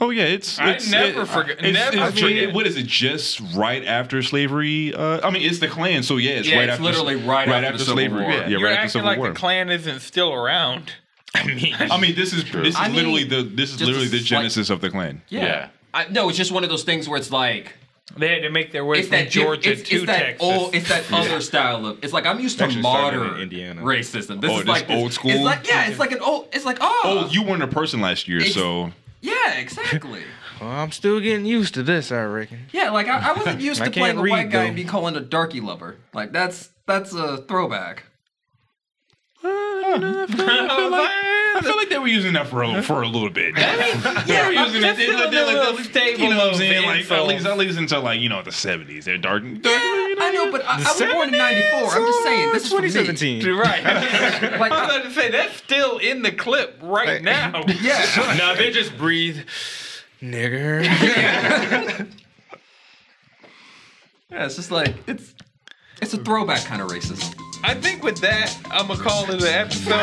Speaker 5: Oh yeah, it's.
Speaker 1: I
Speaker 5: it's-
Speaker 1: never
Speaker 5: it-
Speaker 1: forget-
Speaker 5: It's,
Speaker 1: never
Speaker 5: it's- I mean,
Speaker 1: forget.
Speaker 5: what is it? Just right after slavery? Uh, I mean, it's the Klan, so yeah, it's
Speaker 2: Yeah,
Speaker 5: right
Speaker 2: it's
Speaker 5: after
Speaker 2: literally right after the Civil
Speaker 5: slavery.
Speaker 2: War.
Speaker 5: Yeah,
Speaker 2: You're
Speaker 5: right
Speaker 1: You're
Speaker 5: after
Speaker 1: acting
Speaker 5: Civil
Speaker 1: like
Speaker 5: War.
Speaker 1: the Klan isn't still around. I mean,
Speaker 5: I mean, this is this is
Speaker 2: I mean,
Speaker 5: literally the this is
Speaker 2: just
Speaker 5: literally
Speaker 2: a
Speaker 5: the
Speaker 2: slight-
Speaker 5: genesis of the Klan.
Speaker 2: Yeah. I, no, it's just one of those things where it's like
Speaker 1: they had to make their way
Speaker 2: it's
Speaker 1: from
Speaker 2: that diff-
Speaker 1: Georgia
Speaker 2: it's,
Speaker 1: to
Speaker 2: it's that
Speaker 1: Texas.
Speaker 2: old, it's that other style of. It's like I'm used to
Speaker 3: Actually started in
Speaker 2: modern
Speaker 3: Indiana.
Speaker 2: racism. This is
Speaker 5: Oh, this
Speaker 2: like
Speaker 5: old
Speaker 2: It's
Speaker 5: school?
Speaker 2: like yeah, it's like an old. It's like oh,
Speaker 5: Oh, you weren't a person last year,
Speaker 2: Ex-
Speaker 5: so
Speaker 2: yeah, exactly.
Speaker 3: Well, I'm still getting used to this, I reckon.
Speaker 2: Yeah, like I, I wasn't used
Speaker 3: I
Speaker 2: to playing
Speaker 3: can't
Speaker 2: a
Speaker 3: read,
Speaker 2: white guy and
Speaker 3: though.
Speaker 2: be calling a darky lover. Like that's that's a throwback.
Speaker 5: I feel like, I feel like they were using that for a, for a little bit.
Speaker 2: Yeah,
Speaker 5: They're using it. They, they,
Speaker 1: still
Speaker 5: they,
Speaker 1: a
Speaker 5: they,
Speaker 1: little
Speaker 5: they-
Speaker 1: stable
Speaker 5: you know what I'm
Speaker 1: of
Speaker 5: saying? Like at
Speaker 1: insults.
Speaker 5: least, at least until like you know the seventies, they're dark. dark you
Speaker 2: I know, but I, I was born in '94. Oh, I'm just saying this is for me.
Speaker 3: 2017.
Speaker 1: right. I
Speaker 2: Like
Speaker 1: was about to say that's still in the clip right now.
Speaker 2: yeah,
Speaker 3: Nah, they just breathe, nigger.
Speaker 2: yeah, it's just like it's it's a throwback kind of racism.
Speaker 1: I think with that, I'm gonna call it an episode.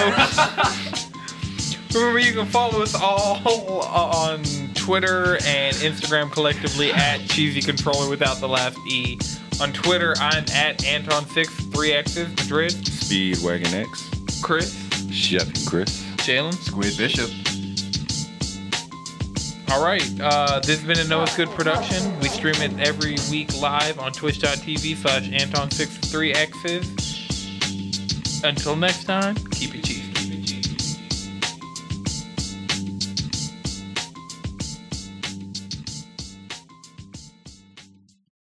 Speaker 1: Remember, you can follow us all on Twitter and Instagram collectively at Cheesy Controller without the last E. On Twitter, I'm at Anton6, 3X's, Madrid,
Speaker 3: Speedwagon X.
Speaker 1: Chris,
Speaker 6: Chef Chris.
Speaker 1: Jalen.
Speaker 2: Squid Bishop.
Speaker 1: All right. Uh, this has been a Noah's Good production. We stream it every week live on twitch.tv slash Anton63X's. Until next time, keep it cheesy.